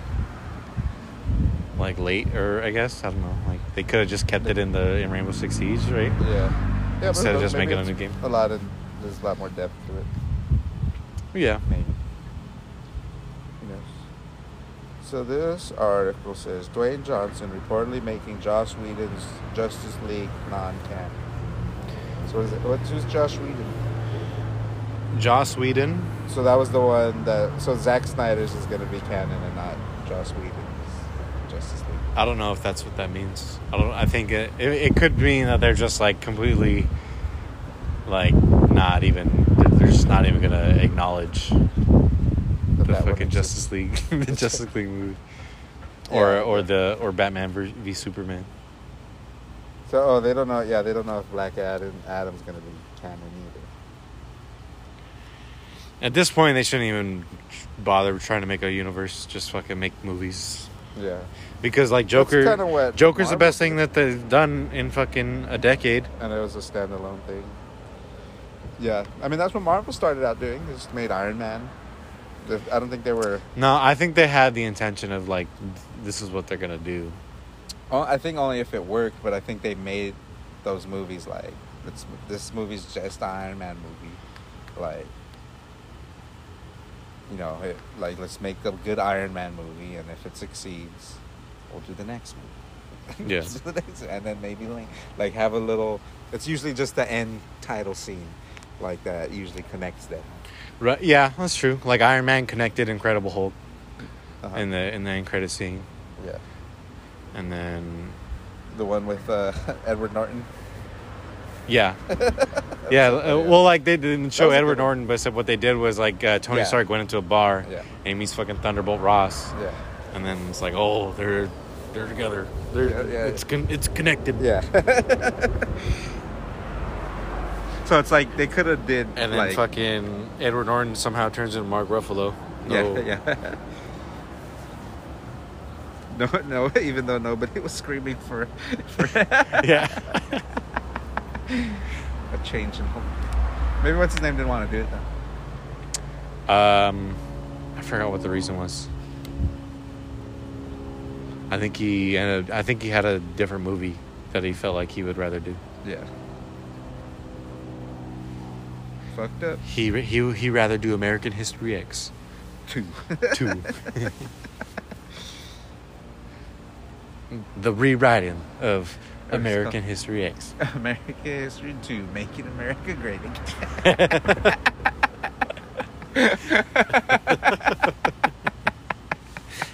Speaker 3: like late, or I guess I don't know. Like they could have just kept it in the in Rainbow Six Siege, right?
Speaker 2: yeah. yeah but
Speaker 3: Instead of
Speaker 2: no,
Speaker 3: just
Speaker 2: maybe
Speaker 3: making a new
Speaker 2: it's
Speaker 3: game.
Speaker 2: A lot of there's a lot more depth to it.
Speaker 3: Yeah.
Speaker 2: Maybe. Who knows? So this article says Dwayne Johnson reportedly making Joss Whedon's Justice League non-canon. So what is it? What's who's Josh Whedon?
Speaker 3: Joss Whedon.
Speaker 2: So that was the one that. So Zack Snyder's is going to be canon and not Joss Whedon's Justice League.
Speaker 3: I don't know if that's what that means. I don't. I think it it, it could mean that they're just like completely like not even. They're just not even gonna acknowledge
Speaker 2: But
Speaker 3: the
Speaker 2: that one
Speaker 3: fucking
Speaker 2: exists.
Speaker 3: Justice League, [LAUGHS] the Justice League movie, or
Speaker 2: Yeah.
Speaker 3: or the or Batman v, v Superman.
Speaker 2: So oh, they don't know. Yeah, they don't know if Black Adam Adam's gonna be canon either.
Speaker 3: At this point, they shouldn't even bother trying to make a universe. Just fucking make movies
Speaker 2: Yeah.
Speaker 3: because like Joker,
Speaker 2: kinda what
Speaker 3: Joker's the
Speaker 2: Marvel
Speaker 3: best thing that they've done in fucking a decade.
Speaker 2: And it was a standalone thing. Yeah, I mean that's what Marvel started out doing. They just made Iron Man. The- I don't think they were.
Speaker 3: No, I think they had the intention of like this is what they're gonna
Speaker 2: [LAUGHS]
Speaker 3: do.
Speaker 2: oh, I think only if it worked, but I think they made those movies like it's, this movie's just an Iron Man movie, like you know, it, like let's make a good Iron Man movie, and if it succeeds, we'll do the next [LAUGHS] movie.
Speaker 3: Yeah.
Speaker 2: Just the next- and then maybe like, like have a little. It's usually just the end title scene, like that usually connects them.
Speaker 3: Right? Yeah, that's true. Like Iron Man connected Incredible Hulk
Speaker 2: Uh-huh.
Speaker 3: in the in the end credit scene,
Speaker 2: yeah,
Speaker 3: and then
Speaker 2: the one with uh, [LAUGHS] Edward Norton. [LAUGHS]
Speaker 3: yeah, yeah. uh, Well, like they didn't show
Speaker 2: was a
Speaker 3: Edward
Speaker 2: good one.
Speaker 3: Norton, but except what they did was like uh, Tony
Speaker 2: Yeah.
Speaker 3: Stark went into a bar
Speaker 2: Yeah.
Speaker 3: and he meets fucking Thunderbolt Ross,
Speaker 2: Yeah,
Speaker 3: and then it's like oh they're they're together. They're,
Speaker 2: Yeah, yeah.
Speaker 3: It's con- it's connected.
Speaker 2: yeah. [LAUGHS] so it's like they could have did
Speaker 3: And then
Speaker 2: like
Speaker 3: fucking Edward Norton somehow turns into Mark Ruffalo. Oh. No.
Speaker 2: yeah, [LAUGHS] yeah. No, no. [LAUGHS] Even though nobody was screaming for, [LAUGHS] for a
Speaker 3: [LAUGHS] yeah.
Speaker 2: change in home, maybe what's his name didn't want to do it. Then.
Speaker 3: [LAUGHS] Um, I forgot what the reason was. I think he ended, I think he had a different movie that he felt like he would rather do.
Speaker 2: Yeah. Fucked up.
Speaker 3: He he he rather do American History X
Speaker 2: Two. [LAUGHS]
Speaker 3: two. the rewriting of
Speaker 2: Or it's
Speaker 3: American History X.
Speaker 2: called America History 2, Making America Great Again.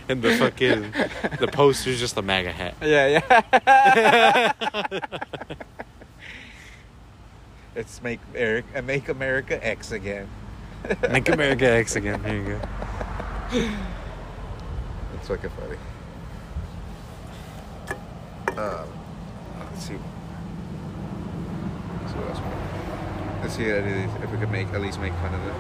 Speaker 3: And the fucking the poster's just a MAGA hat.
Speaker 2: Yeah, yeah. [LAUGHS] Let's make Eric uh, make America X again.
Speaker 3: [LAUGHS] Make America X again. There you go.
Speaker 2: [LAUGHS] It's fucking funny. Um, let's see. Let's see what else. we- Let's see if if we can make at least make fun of it.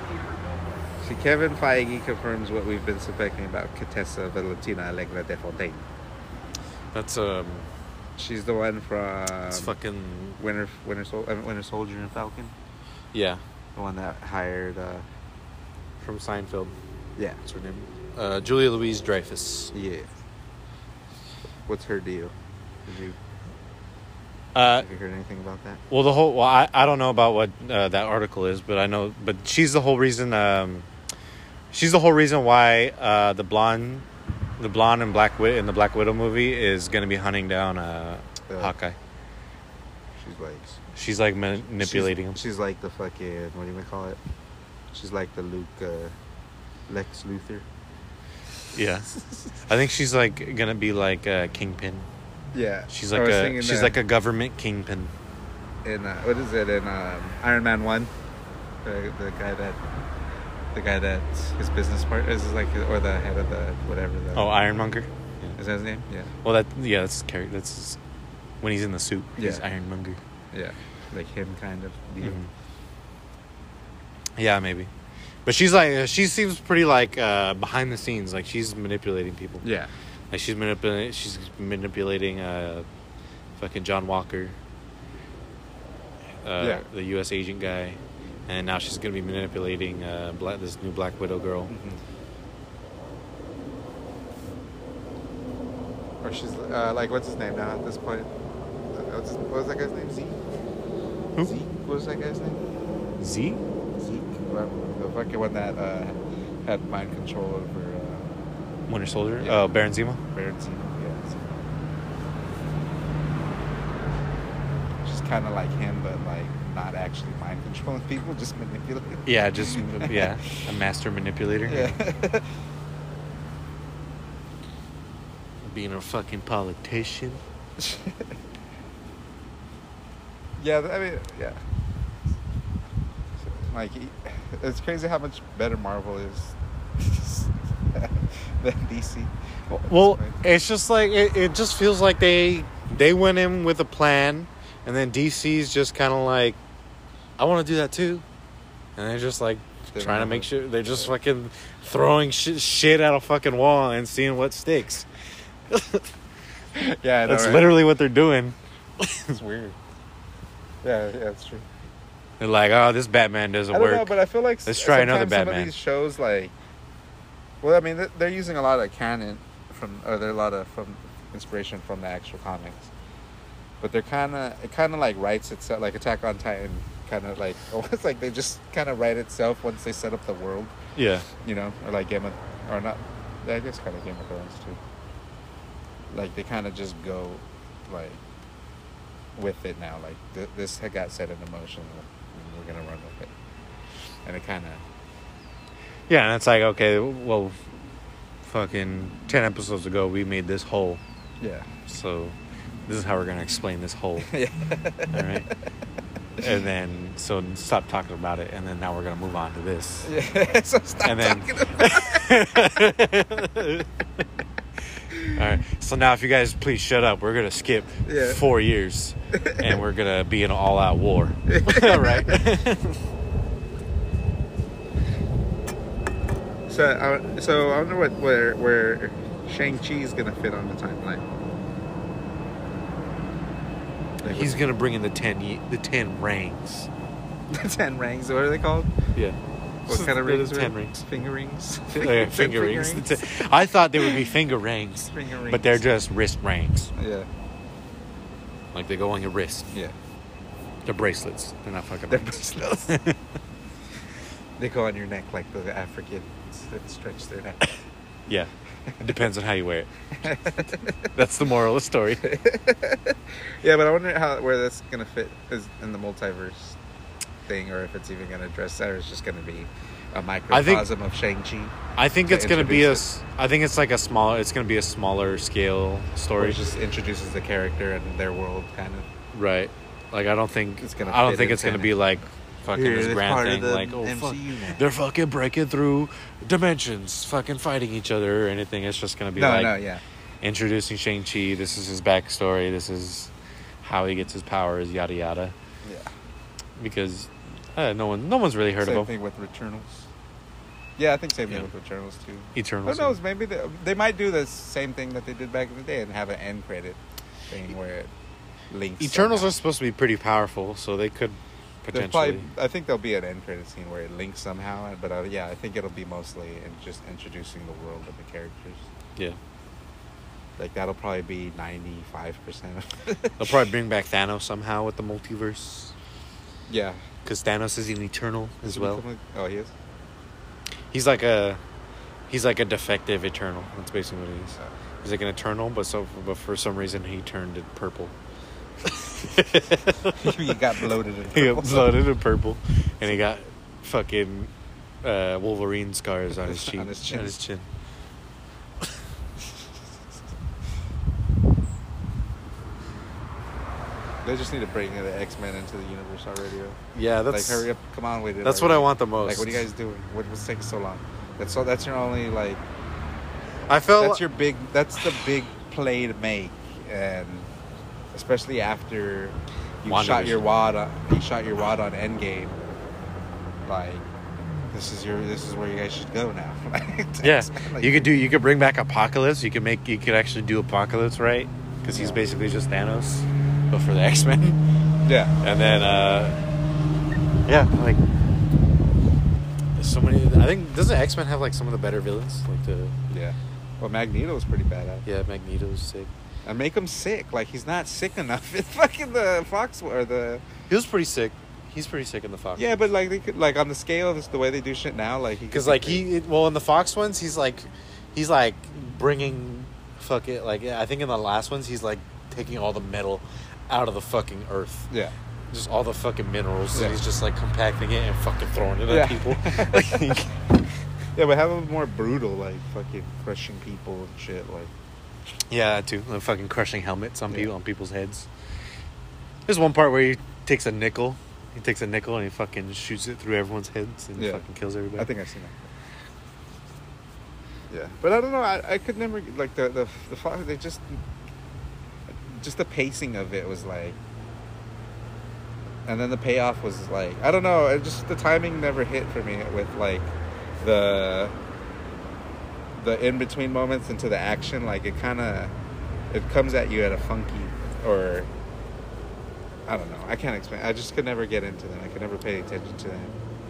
Speaker 2: See, Kevin Feige confirms what we've been suspecting about Katessa Valentina Allegra de Fontaine.
Speaker 3: That's um,
Speaker 2: She's the one from
Speaker 3: it's fucking
Speaker 2: Winter Winter, Sol- uh, Winter Soldier and Falcon.
Speaker 3: yeah,
Speaker 2: The one that hired, uh,
Speaker 3: from Seinfeld.
Speaker 2: yeah,
Speaker 3: What's her name? Uh, Julia Louise Dreyfus.
Speaker 2: yeah. What's her deal? Did you,
Speaker 3: Uh,
Speaker 2: have you heard anything about that?
Speaker 3: well, the whole well, I, I don't know about what uh, that article is, but I know, but she's the whole reason. Um, she's the whole reason why uh, the blonde, the blonde and black wit in the Black Widow movie is going to be hunting down uh,
Speaker 2: Uh,
Speaker 3: Hawkeye.
Speaker 2: She's like
Speaker 3: She's like manipulating him.
Speaker 2: She's, she's like the fucking what do you wanna call it? She's like the Luke, uh, Lex Luthor.
Speaker 3: Yeah, I think she's like gonna be like a kingpin.
Speaker 2: Yeah,
Speaker 3: She's like a she's like a government kingpin.
Speaker 2: in uh, what is it in um, Iron Man One? The, the guy that the guy that's his business partner is like or the head of the whatever the
Speaker 3: Oh, Ironmonger.
Speaker 2: is that his name? Yeah,
Speaker 3: Well, that yeah, that's character. That's when he's in the suit. He's
Speaker 2: Yeah.
Speaker 3: Ironmonger.
Speaker 2: yeah, like him kind of. deal.
Speaker 3: Mhm. Yeah, maybe. But she's like uh, she seems pretty like uh, behind the scenes. Like she's manipulating people.
Speaker 2: Yeah,
Speaker 3: Like she's manipulating. She's manipulating. Uh, fucking John Walker. Uh,
Speaker 2: Yeah.
Speaker 3: The U.S. agent guy, and now she's gonna be manipulating uh, Bla this new Black Widow girl.
Speaker 2: or she's uh, like what's his name now at this point? Uh, What's his, what was that guy's name? Zeke.
Speaker 3: Who?
Speaker 2: Zeke. What was that guy's name?
Speaker 3: Z.
Speaker 2: Zeke, whatever, the fucking one that uh, had mind control over uh,
Speaker 3: Winter Soldier.
Speaker 2: Yeah.
Speaker 3: Oh, Baron Zemo.
Speaker 2: Baron Zemo. Yeah. so- Just kind of like him, but like not actually mind controlling people, [LAUGHS] just manipulating.
Speaker 3: Yeah, just yeah, a master manipulator.
Speaker 2: [LAUGHS] Yeah.
Speaker 3: Being a fucking politician.
Speaker 2: [LAUGHS] yeah. I mean, yeah. Like, he- it's crazy how much better Marvel is [LAUGHS] than DC.
Speaker 3: Well, it's just like it, it just feels like they they went in with a plan and then DC's just kind of like I want to do that too. And they're just like
Speaker 2: They don't
Speaker 3: trying to
Speaker 2: have
Speaker 3: make
Speaker 2: a-
Speaker 3: sure they're just fucking throwing shit, shit at a fucking wall and seeing what sticks.
Speaker 2: yeah, I know,
Speaker 3: That's
Speaker 2: right?
Speaker 3: literally what they're doing.
Speaker 2: It's weird. Yeah, yeah, that's true.
Speaker 3: They're like, "Oh, this Batman doesn't
Speaker 2: I don't
Speaker 3: work."
Speaker 2: know, but I feel like
Speaker 3: Let's
Speaker 2: s-
Speaker 3: try another
Speaker 2: sometimes some
Speaker 3: Batman.
Speaker 2: of these shows, like, well, I mean, th- they're using a lot of canon from, or they're a lot of from inspiration from the actual comics, but they're kind of it kind of like writes itself, like Attack on Titan, kind of like [LAUGHS] almost like they just kind of write itself once they set up the world,
Speaker 3: yeah.
Speaker 2: you know, or like Game of, or not, I guess kind of Game of Thrones too. Like they kind of just go, like, with it now. Like th- this had got set in motion, and we're gonna run with it. And it kind of
Speaker 3: Yeah, and it's like, okay, well, fucking 10 episodes ago, we made this hole.
Speaker 2: yeah, [LAUGHS]
Speaker 3: So this is how we're going to explain this hole.
Speaker 2: yeah,
Speaker 3: All right. And then, so stop talking about it. And then now we're going to move on to this.
Speaker 2: yeah. so stop
Speaker 3: And then.
Speaker 2: talking about.
Speaker 3: [LAUGHS] All right. So now, if you guys please shut up, we're going to skip
Speaker 2: Yeah.
Speaker 3: four years and we're going to be in an all out
Speaker 2: [LAUGHS]
Speaker 3: war. [LAUGHS] All right. [LAUGHS]
Speaker 2: So, uh, so I wonder what where where Shang Chi is gonna fit on the timeline. Like,
Speaker 3: He's going to bring in the 10, ye- the 10 rings.
Speaker 2: the ten rings. What are they called?
Speaker 3: Yeah.
Speaker 2: What kind of
Speaker 3: They're the
Speaker 2: rings? were
Speaker 3: 10
Speaker 2: it?
Speaker 3: rings. oh,
Speaker 2: Finger rings. [LAUGHS]
Speaker 3: Yeah, [LAUGHS] finger rings. I thought they would be finger rings,
Speaker 2: Finger rings.
Speaker 3: but they're just wrist rings.
Speaker 2: Yeah,
Speaker 3: Like they go on your wrist.
Speaker 2: yeah.
Speaker 3: They're bracelets. They're not fucking
Speaker 2: They're
Speaker 3: rings. [LAUGHS]
Speaker 2: bracelets.
Speaker 3: [LAUGHS]
Speaker 2: they go on your neck like the Africans that stretch their neck.
Speaker 3: Yeah. It depends on how you wear it. [LAUGHS] That's the moral of the story.
Speaker 2: Yeah, but I wonder how where that's gonna fit is in the multiverse thing, or if it's even gonna address that, or it's just gonna be a microcosm of Shang Chi,
Speaker 3: [LAUGHS] I think
Speaker 2: To
Speaker 3: it's gonna be a.
Speaker 2: introduce
Speaker 3: s- I think it's like a smaller. It's gonna be a smaller scale
Speaker 2: or
Speaker 3: story.
Speaker 2: it just introduces the character and their world, kind of.
Speaker 3: Right. Like I don't think
Speaker 2: It's gonna
Speaker 3: I don't
Speaker 2: fit
Speaker 3: think
Speaker 2: in
Speaker 3: it's gonna
Speaker 2: canon.
Speaker 3: be like fucking
Speaker 2: Here,
Speaker 3: this
Speaker 2: they're
Speaker 3: grand
Speaker 2: part of
Speaker 3: thing.
Speaker 2: the
Speaker 3: Like oh fuck,
Speaker 2: MCU now.
Speaker 3: they're fucking breaking through dimensions, fucking fighting each other or anything. It's just gonna be
Speaker 2: No,
Speaker 3: like
Speaker 2: no, yeah,
Speaker 3: introducing Shang Chi. This is his backstory. This is how he gets his powers. Yada yada.
Speaker 2: yeah.
Speaker 3: Because uh, no one, no one's really heard
Speaker 2: same
Speaker 3: of him.
Speaker 2: thing with Returnals. Yeah, I think same
Speaker 3: Yeah.
Speaker 2: thing with Returnals too.
Speaker 3: Eternal.
Speaker 2: Who knows? Maybe they, they might do the same thing that they did back in the day and have an end credit thing where it links.
Speaker 3: E- Eternals
Speaker 2: somehow.
Speaker 3: are supposed to be pretty powerful, so they could
Speaker 2: There's
Speaker 3: potentially.
Speaker 2: probably, I think there'll be an end credit scene where it links somehow, but uh, yeah, I think it'll be mostly in just introducing the world of the characters.
Speaker 3: Yeah,
Speaker 2: Like that'll probably be ninety five percent. [LAUGHS]
Speaker 3: they'll probably bring back Thanos somehow with the multiverse,
Speaker 2: Yeah,
Speaker 3: because Thanos is an Eternal as well.
Speaker 2: Oh, he is.
Speaker 3: He's like a he's like a defective eternal. That's basically what he is.
Speaker 2: [LAUGHS]
Speaker 3: He's like an eternal, but so but for some reason he turned it purple.
Speaker 2: [LAUGHS] he
Speaker 3: [LAUGHS]
Speaker 2: got bloated. And
Speaker 3: He got blooded in purple, and he got fucking uh, Wolverine scars on his cheek,
Speaker 2: [LAUGHS] On his chin.
Speaker 3: On his chin.
Speaker 2: They just need to bring the X Men into the universe already. uh,
Speaker 3: Yeah, that's
Speaker 2: like hurry up, come on with it.
Speaker 3: that's what I
Speaker 2: already.
Speaker 3: want the most.
Speaker 2: Like, what are you guys doing? What was taking so long? That's all. That's your only like.
Speaker 3: I felt
Speaker 2: That's your big. That's the big play to make, and especially after you shot your
Speaker 3: WandaVision.
Speaker 2: wad. On, you shot your wad on Endgame. Like, this is your. This is where you guys should go now. [LAUGHS] Like,
Speaker 3: yeah.
Speaker 2: X-Men, like,
Speaker 3: you could do you could bring back Apocalypse. You could make you could actually do Apocalypse right because he's
Speaker 2: Yeah.
Speaker 3: basically just Thanos, but for the [LAUGHS] X Men.
Speaker 2: Yeah.
Speaker 3: And then, uh, yeah, like there's so many. I think doesn't X Men have like some of the better villains, like the
Speaker 2: Yeah. Well, Magneto's pretty badass.
Speaker 3: yeah Magneto's sick.
Speaker 2: And make him sick. Like he's not sick enough. [LAUGHS] It's fucking the Fox or the
Speaker 3: He was pretty sick. He's pretty sick in the Fox.
Speaker 2: yeah. But like they could like on the scale of this, the way they do shit now, like he could
Speaker 3: because
Speaker 2: be
Speaker 3: like
Speaker 2: pretty-
Speaker 3: he well in the Fox ones he's like he's like bringing fuck it like I think in the last ones he's like taking all the metal out of the fucking earth.
Speaker 2: yeah.
Speaker 3: Just all the fucking minerals,
Speaker 2: Yeah.
Speaker 3: and he's just like compacting it and fucking throwing it
Speaker 2: Yeah.
Speaker 3: at
Speaker 2: [LAUGHS]
Speaker 3: people. Like, [LAUGHS]
Speaker 2: Yeah, but have him more brutal, like fucking crushing people and shit. Like
Speaker 3: Yeah, that too. The fucking crushing helmets on
Speaker 2: Yeah.
Speaker 3: people on people's heads. There's one part where he takes a nickel. He takes a nickel and he fucking shoots it through everyone's heads and
Speaker 2: Yeah.
Speaker 3: fucking kills everybody.
Speaker 2: I think I've seen that. Yeah, but I don't know. I, I could never like the the the Fox. They just just the pacing of it was like, and then the payoff was like I don't know. It just the timing never hit for me with like the the in between moments into the action. Like it kind of it comes at you at a funky or. I don't know. I can't explain. I just could never get into them. I could never pay attention to them.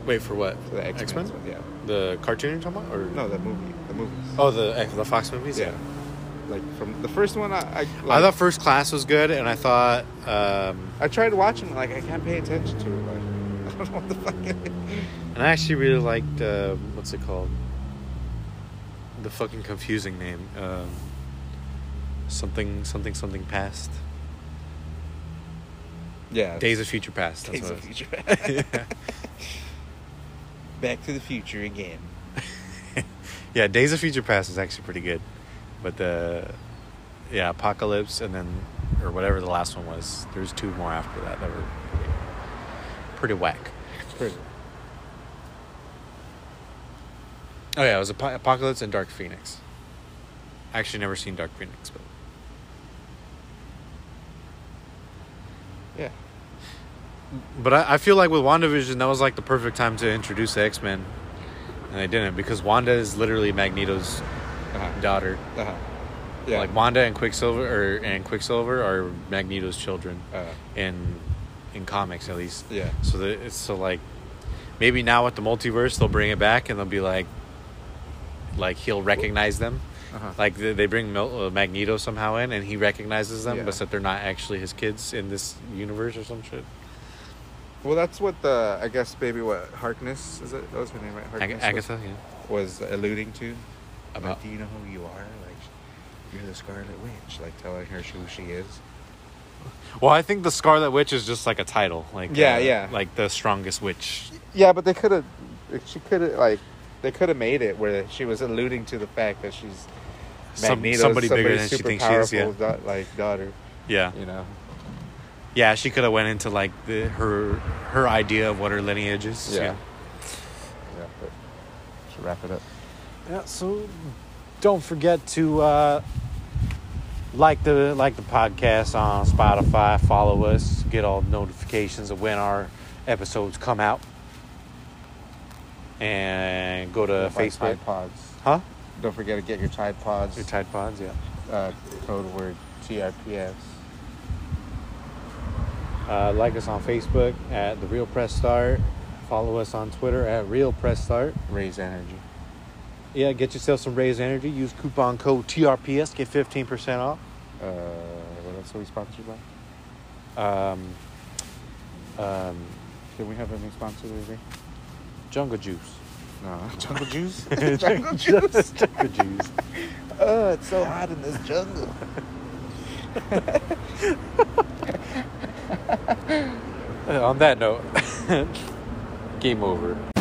Speaker 3: Wait for what?
Speaker 2: To the X Men. Yeah.
Speaker 3: The cartoon you're talking about, or
Speaker 2: No, the movie. The movies.
Speaker 3: Oh, the eh, the Fox movies.
Speaker 2: yeah. Like from the first one, I I,
Speaker 3: I
Speaker 2: like,
Speaker 3: thought First Class was good, and I thought um,
Speaker 2: I tried watching. Like I can't pay attention to it. Like [LAUGHS] I don't know what the fuck. It is.
Speaker 3: and I actually really liked uh, what's it called? The fucking confusing name. Um, something something something past.
Speaker 2: Yeah.
Speaker 3: Days of Future Past. That's
Speaker 2: Days
Speaker 3: what
Speaker 2: of
Speaker 3: it is.
Speaker 2: Future. [LAUGHS] Back to the Future again.
Speaker 3: [LAUGHS] Yeah, Days of Future Past is actually pretty good, but the yeah Apocalypse and then or whatever the last one was. There's two more after that that were pretty, pretty whack.
Speaker 2: It's pretty.
Speaker 3: Oh yeah, it was Apo- Apocalypse and Dark Phoenix. I actually never seen Dark Phoenix, but
Speaker 2: Yeah.
Speaker 3: but I, I feel like with WandaVision that was like the perfect time to introduce the X Men, and they didn't because Wanda is literally Magneto's
Speaker 2: Uh-huh.
Speaker 3: daughter.
Speaker 2: Uh-huh. Yeah.
Speaker 3: Like Wanda and Quicksilver or and Quicksilver are Magneto's children.
Speaker 2: uh,
Speaker 3: in in comics at least.
Speaker 2: yeah.
Speaker 3: So that it's so like maybe now with the multiverse they'll bring it back and they'll be like like he'll recognize them.
Speaker 2: Uh-huh.
Speaker 3: Like they they bring Mil- uh, Magneto somehow in and he recognizes them,
Speaker 2: Yeah.
Speaker 3: but that they're not actually his kids in this universe or some shit.
Speaker 2: Well, that's what the I guess maybe what Harkness is it? That was her name, right?
Speaker 3: Ag-
Speaker 2: Harkness was-
Speaker 3: Agatha, yeah.
Speaker 2: was alluding to
Speaker 3: I'm
Speaker 2: like,
Speaker 3: out.
Speaker 2: do you know who you are? Like, you're the Scarlet Witch. Like, telling her who she is.
Speaker 3: Well, I think the Scarlet Witch is just like a title, like uh,
Speaker 2: Yeah, yeah.
Speaker 3: like the strongest witch.
Speaker 2: Yeah, but they could have. She could have like. They could have made it where she was alluding to the fact that she's
Speaker 3: Some-
Speaker 2: Magneto's
Speaker 3: somebody bigger
Speaker 2: somebody's
Speaker 3: than she
Speaker 2: super
Speaker 3: thinks she is, yeah.
Speaker 2: powerful da- like daughter.
Speaker 3: Yeah,
Speaker 2: You know.
Speaker 3: yeah. She could have went into like the, her her idea of what her lineage is.
Speaker 2: Yeah. Yeah. But should wrap it up.
Speaker 3: Yeah, so don't forget to uh, like the like the podcast on Spotify. Follow us. Get all notifications of when our episodes come out. And go to
Speaker 2: Buy
Speaker 3: Facebook.
Speaker 2: Tide Pods.
Speaker 3: Huh?
Speaker 2: Don't forget to get your Tide Pods.
Speaker 3: Your Tide Pods, yeah.
Speaker 2: uh, code word TRPS.
Speaker 3: Uh, like us on Facebook at The Real Press Start. Follow us on Twitter at Real Press Start.
Speaker 2: Raise energy.
Speaker 3: Yeah, get yourself some Raise Energy. Use coupon code TRPS. Get 15% off.
Speaker 2: Uh, what else are we sponsored by?
Speaker 3: Um, um,
Speaker 2: Did we have any sponsors today?
Speaker 3: jungle Juice.
Speaker 2: No. Jungle [LAUGHS] Juice?
Speaker 3: jungle juice. jungle juice.
Speaker 2: oh, it's so hot in this jungle.
Speaker 3: Uh, on that note, [LAUGHS] game over.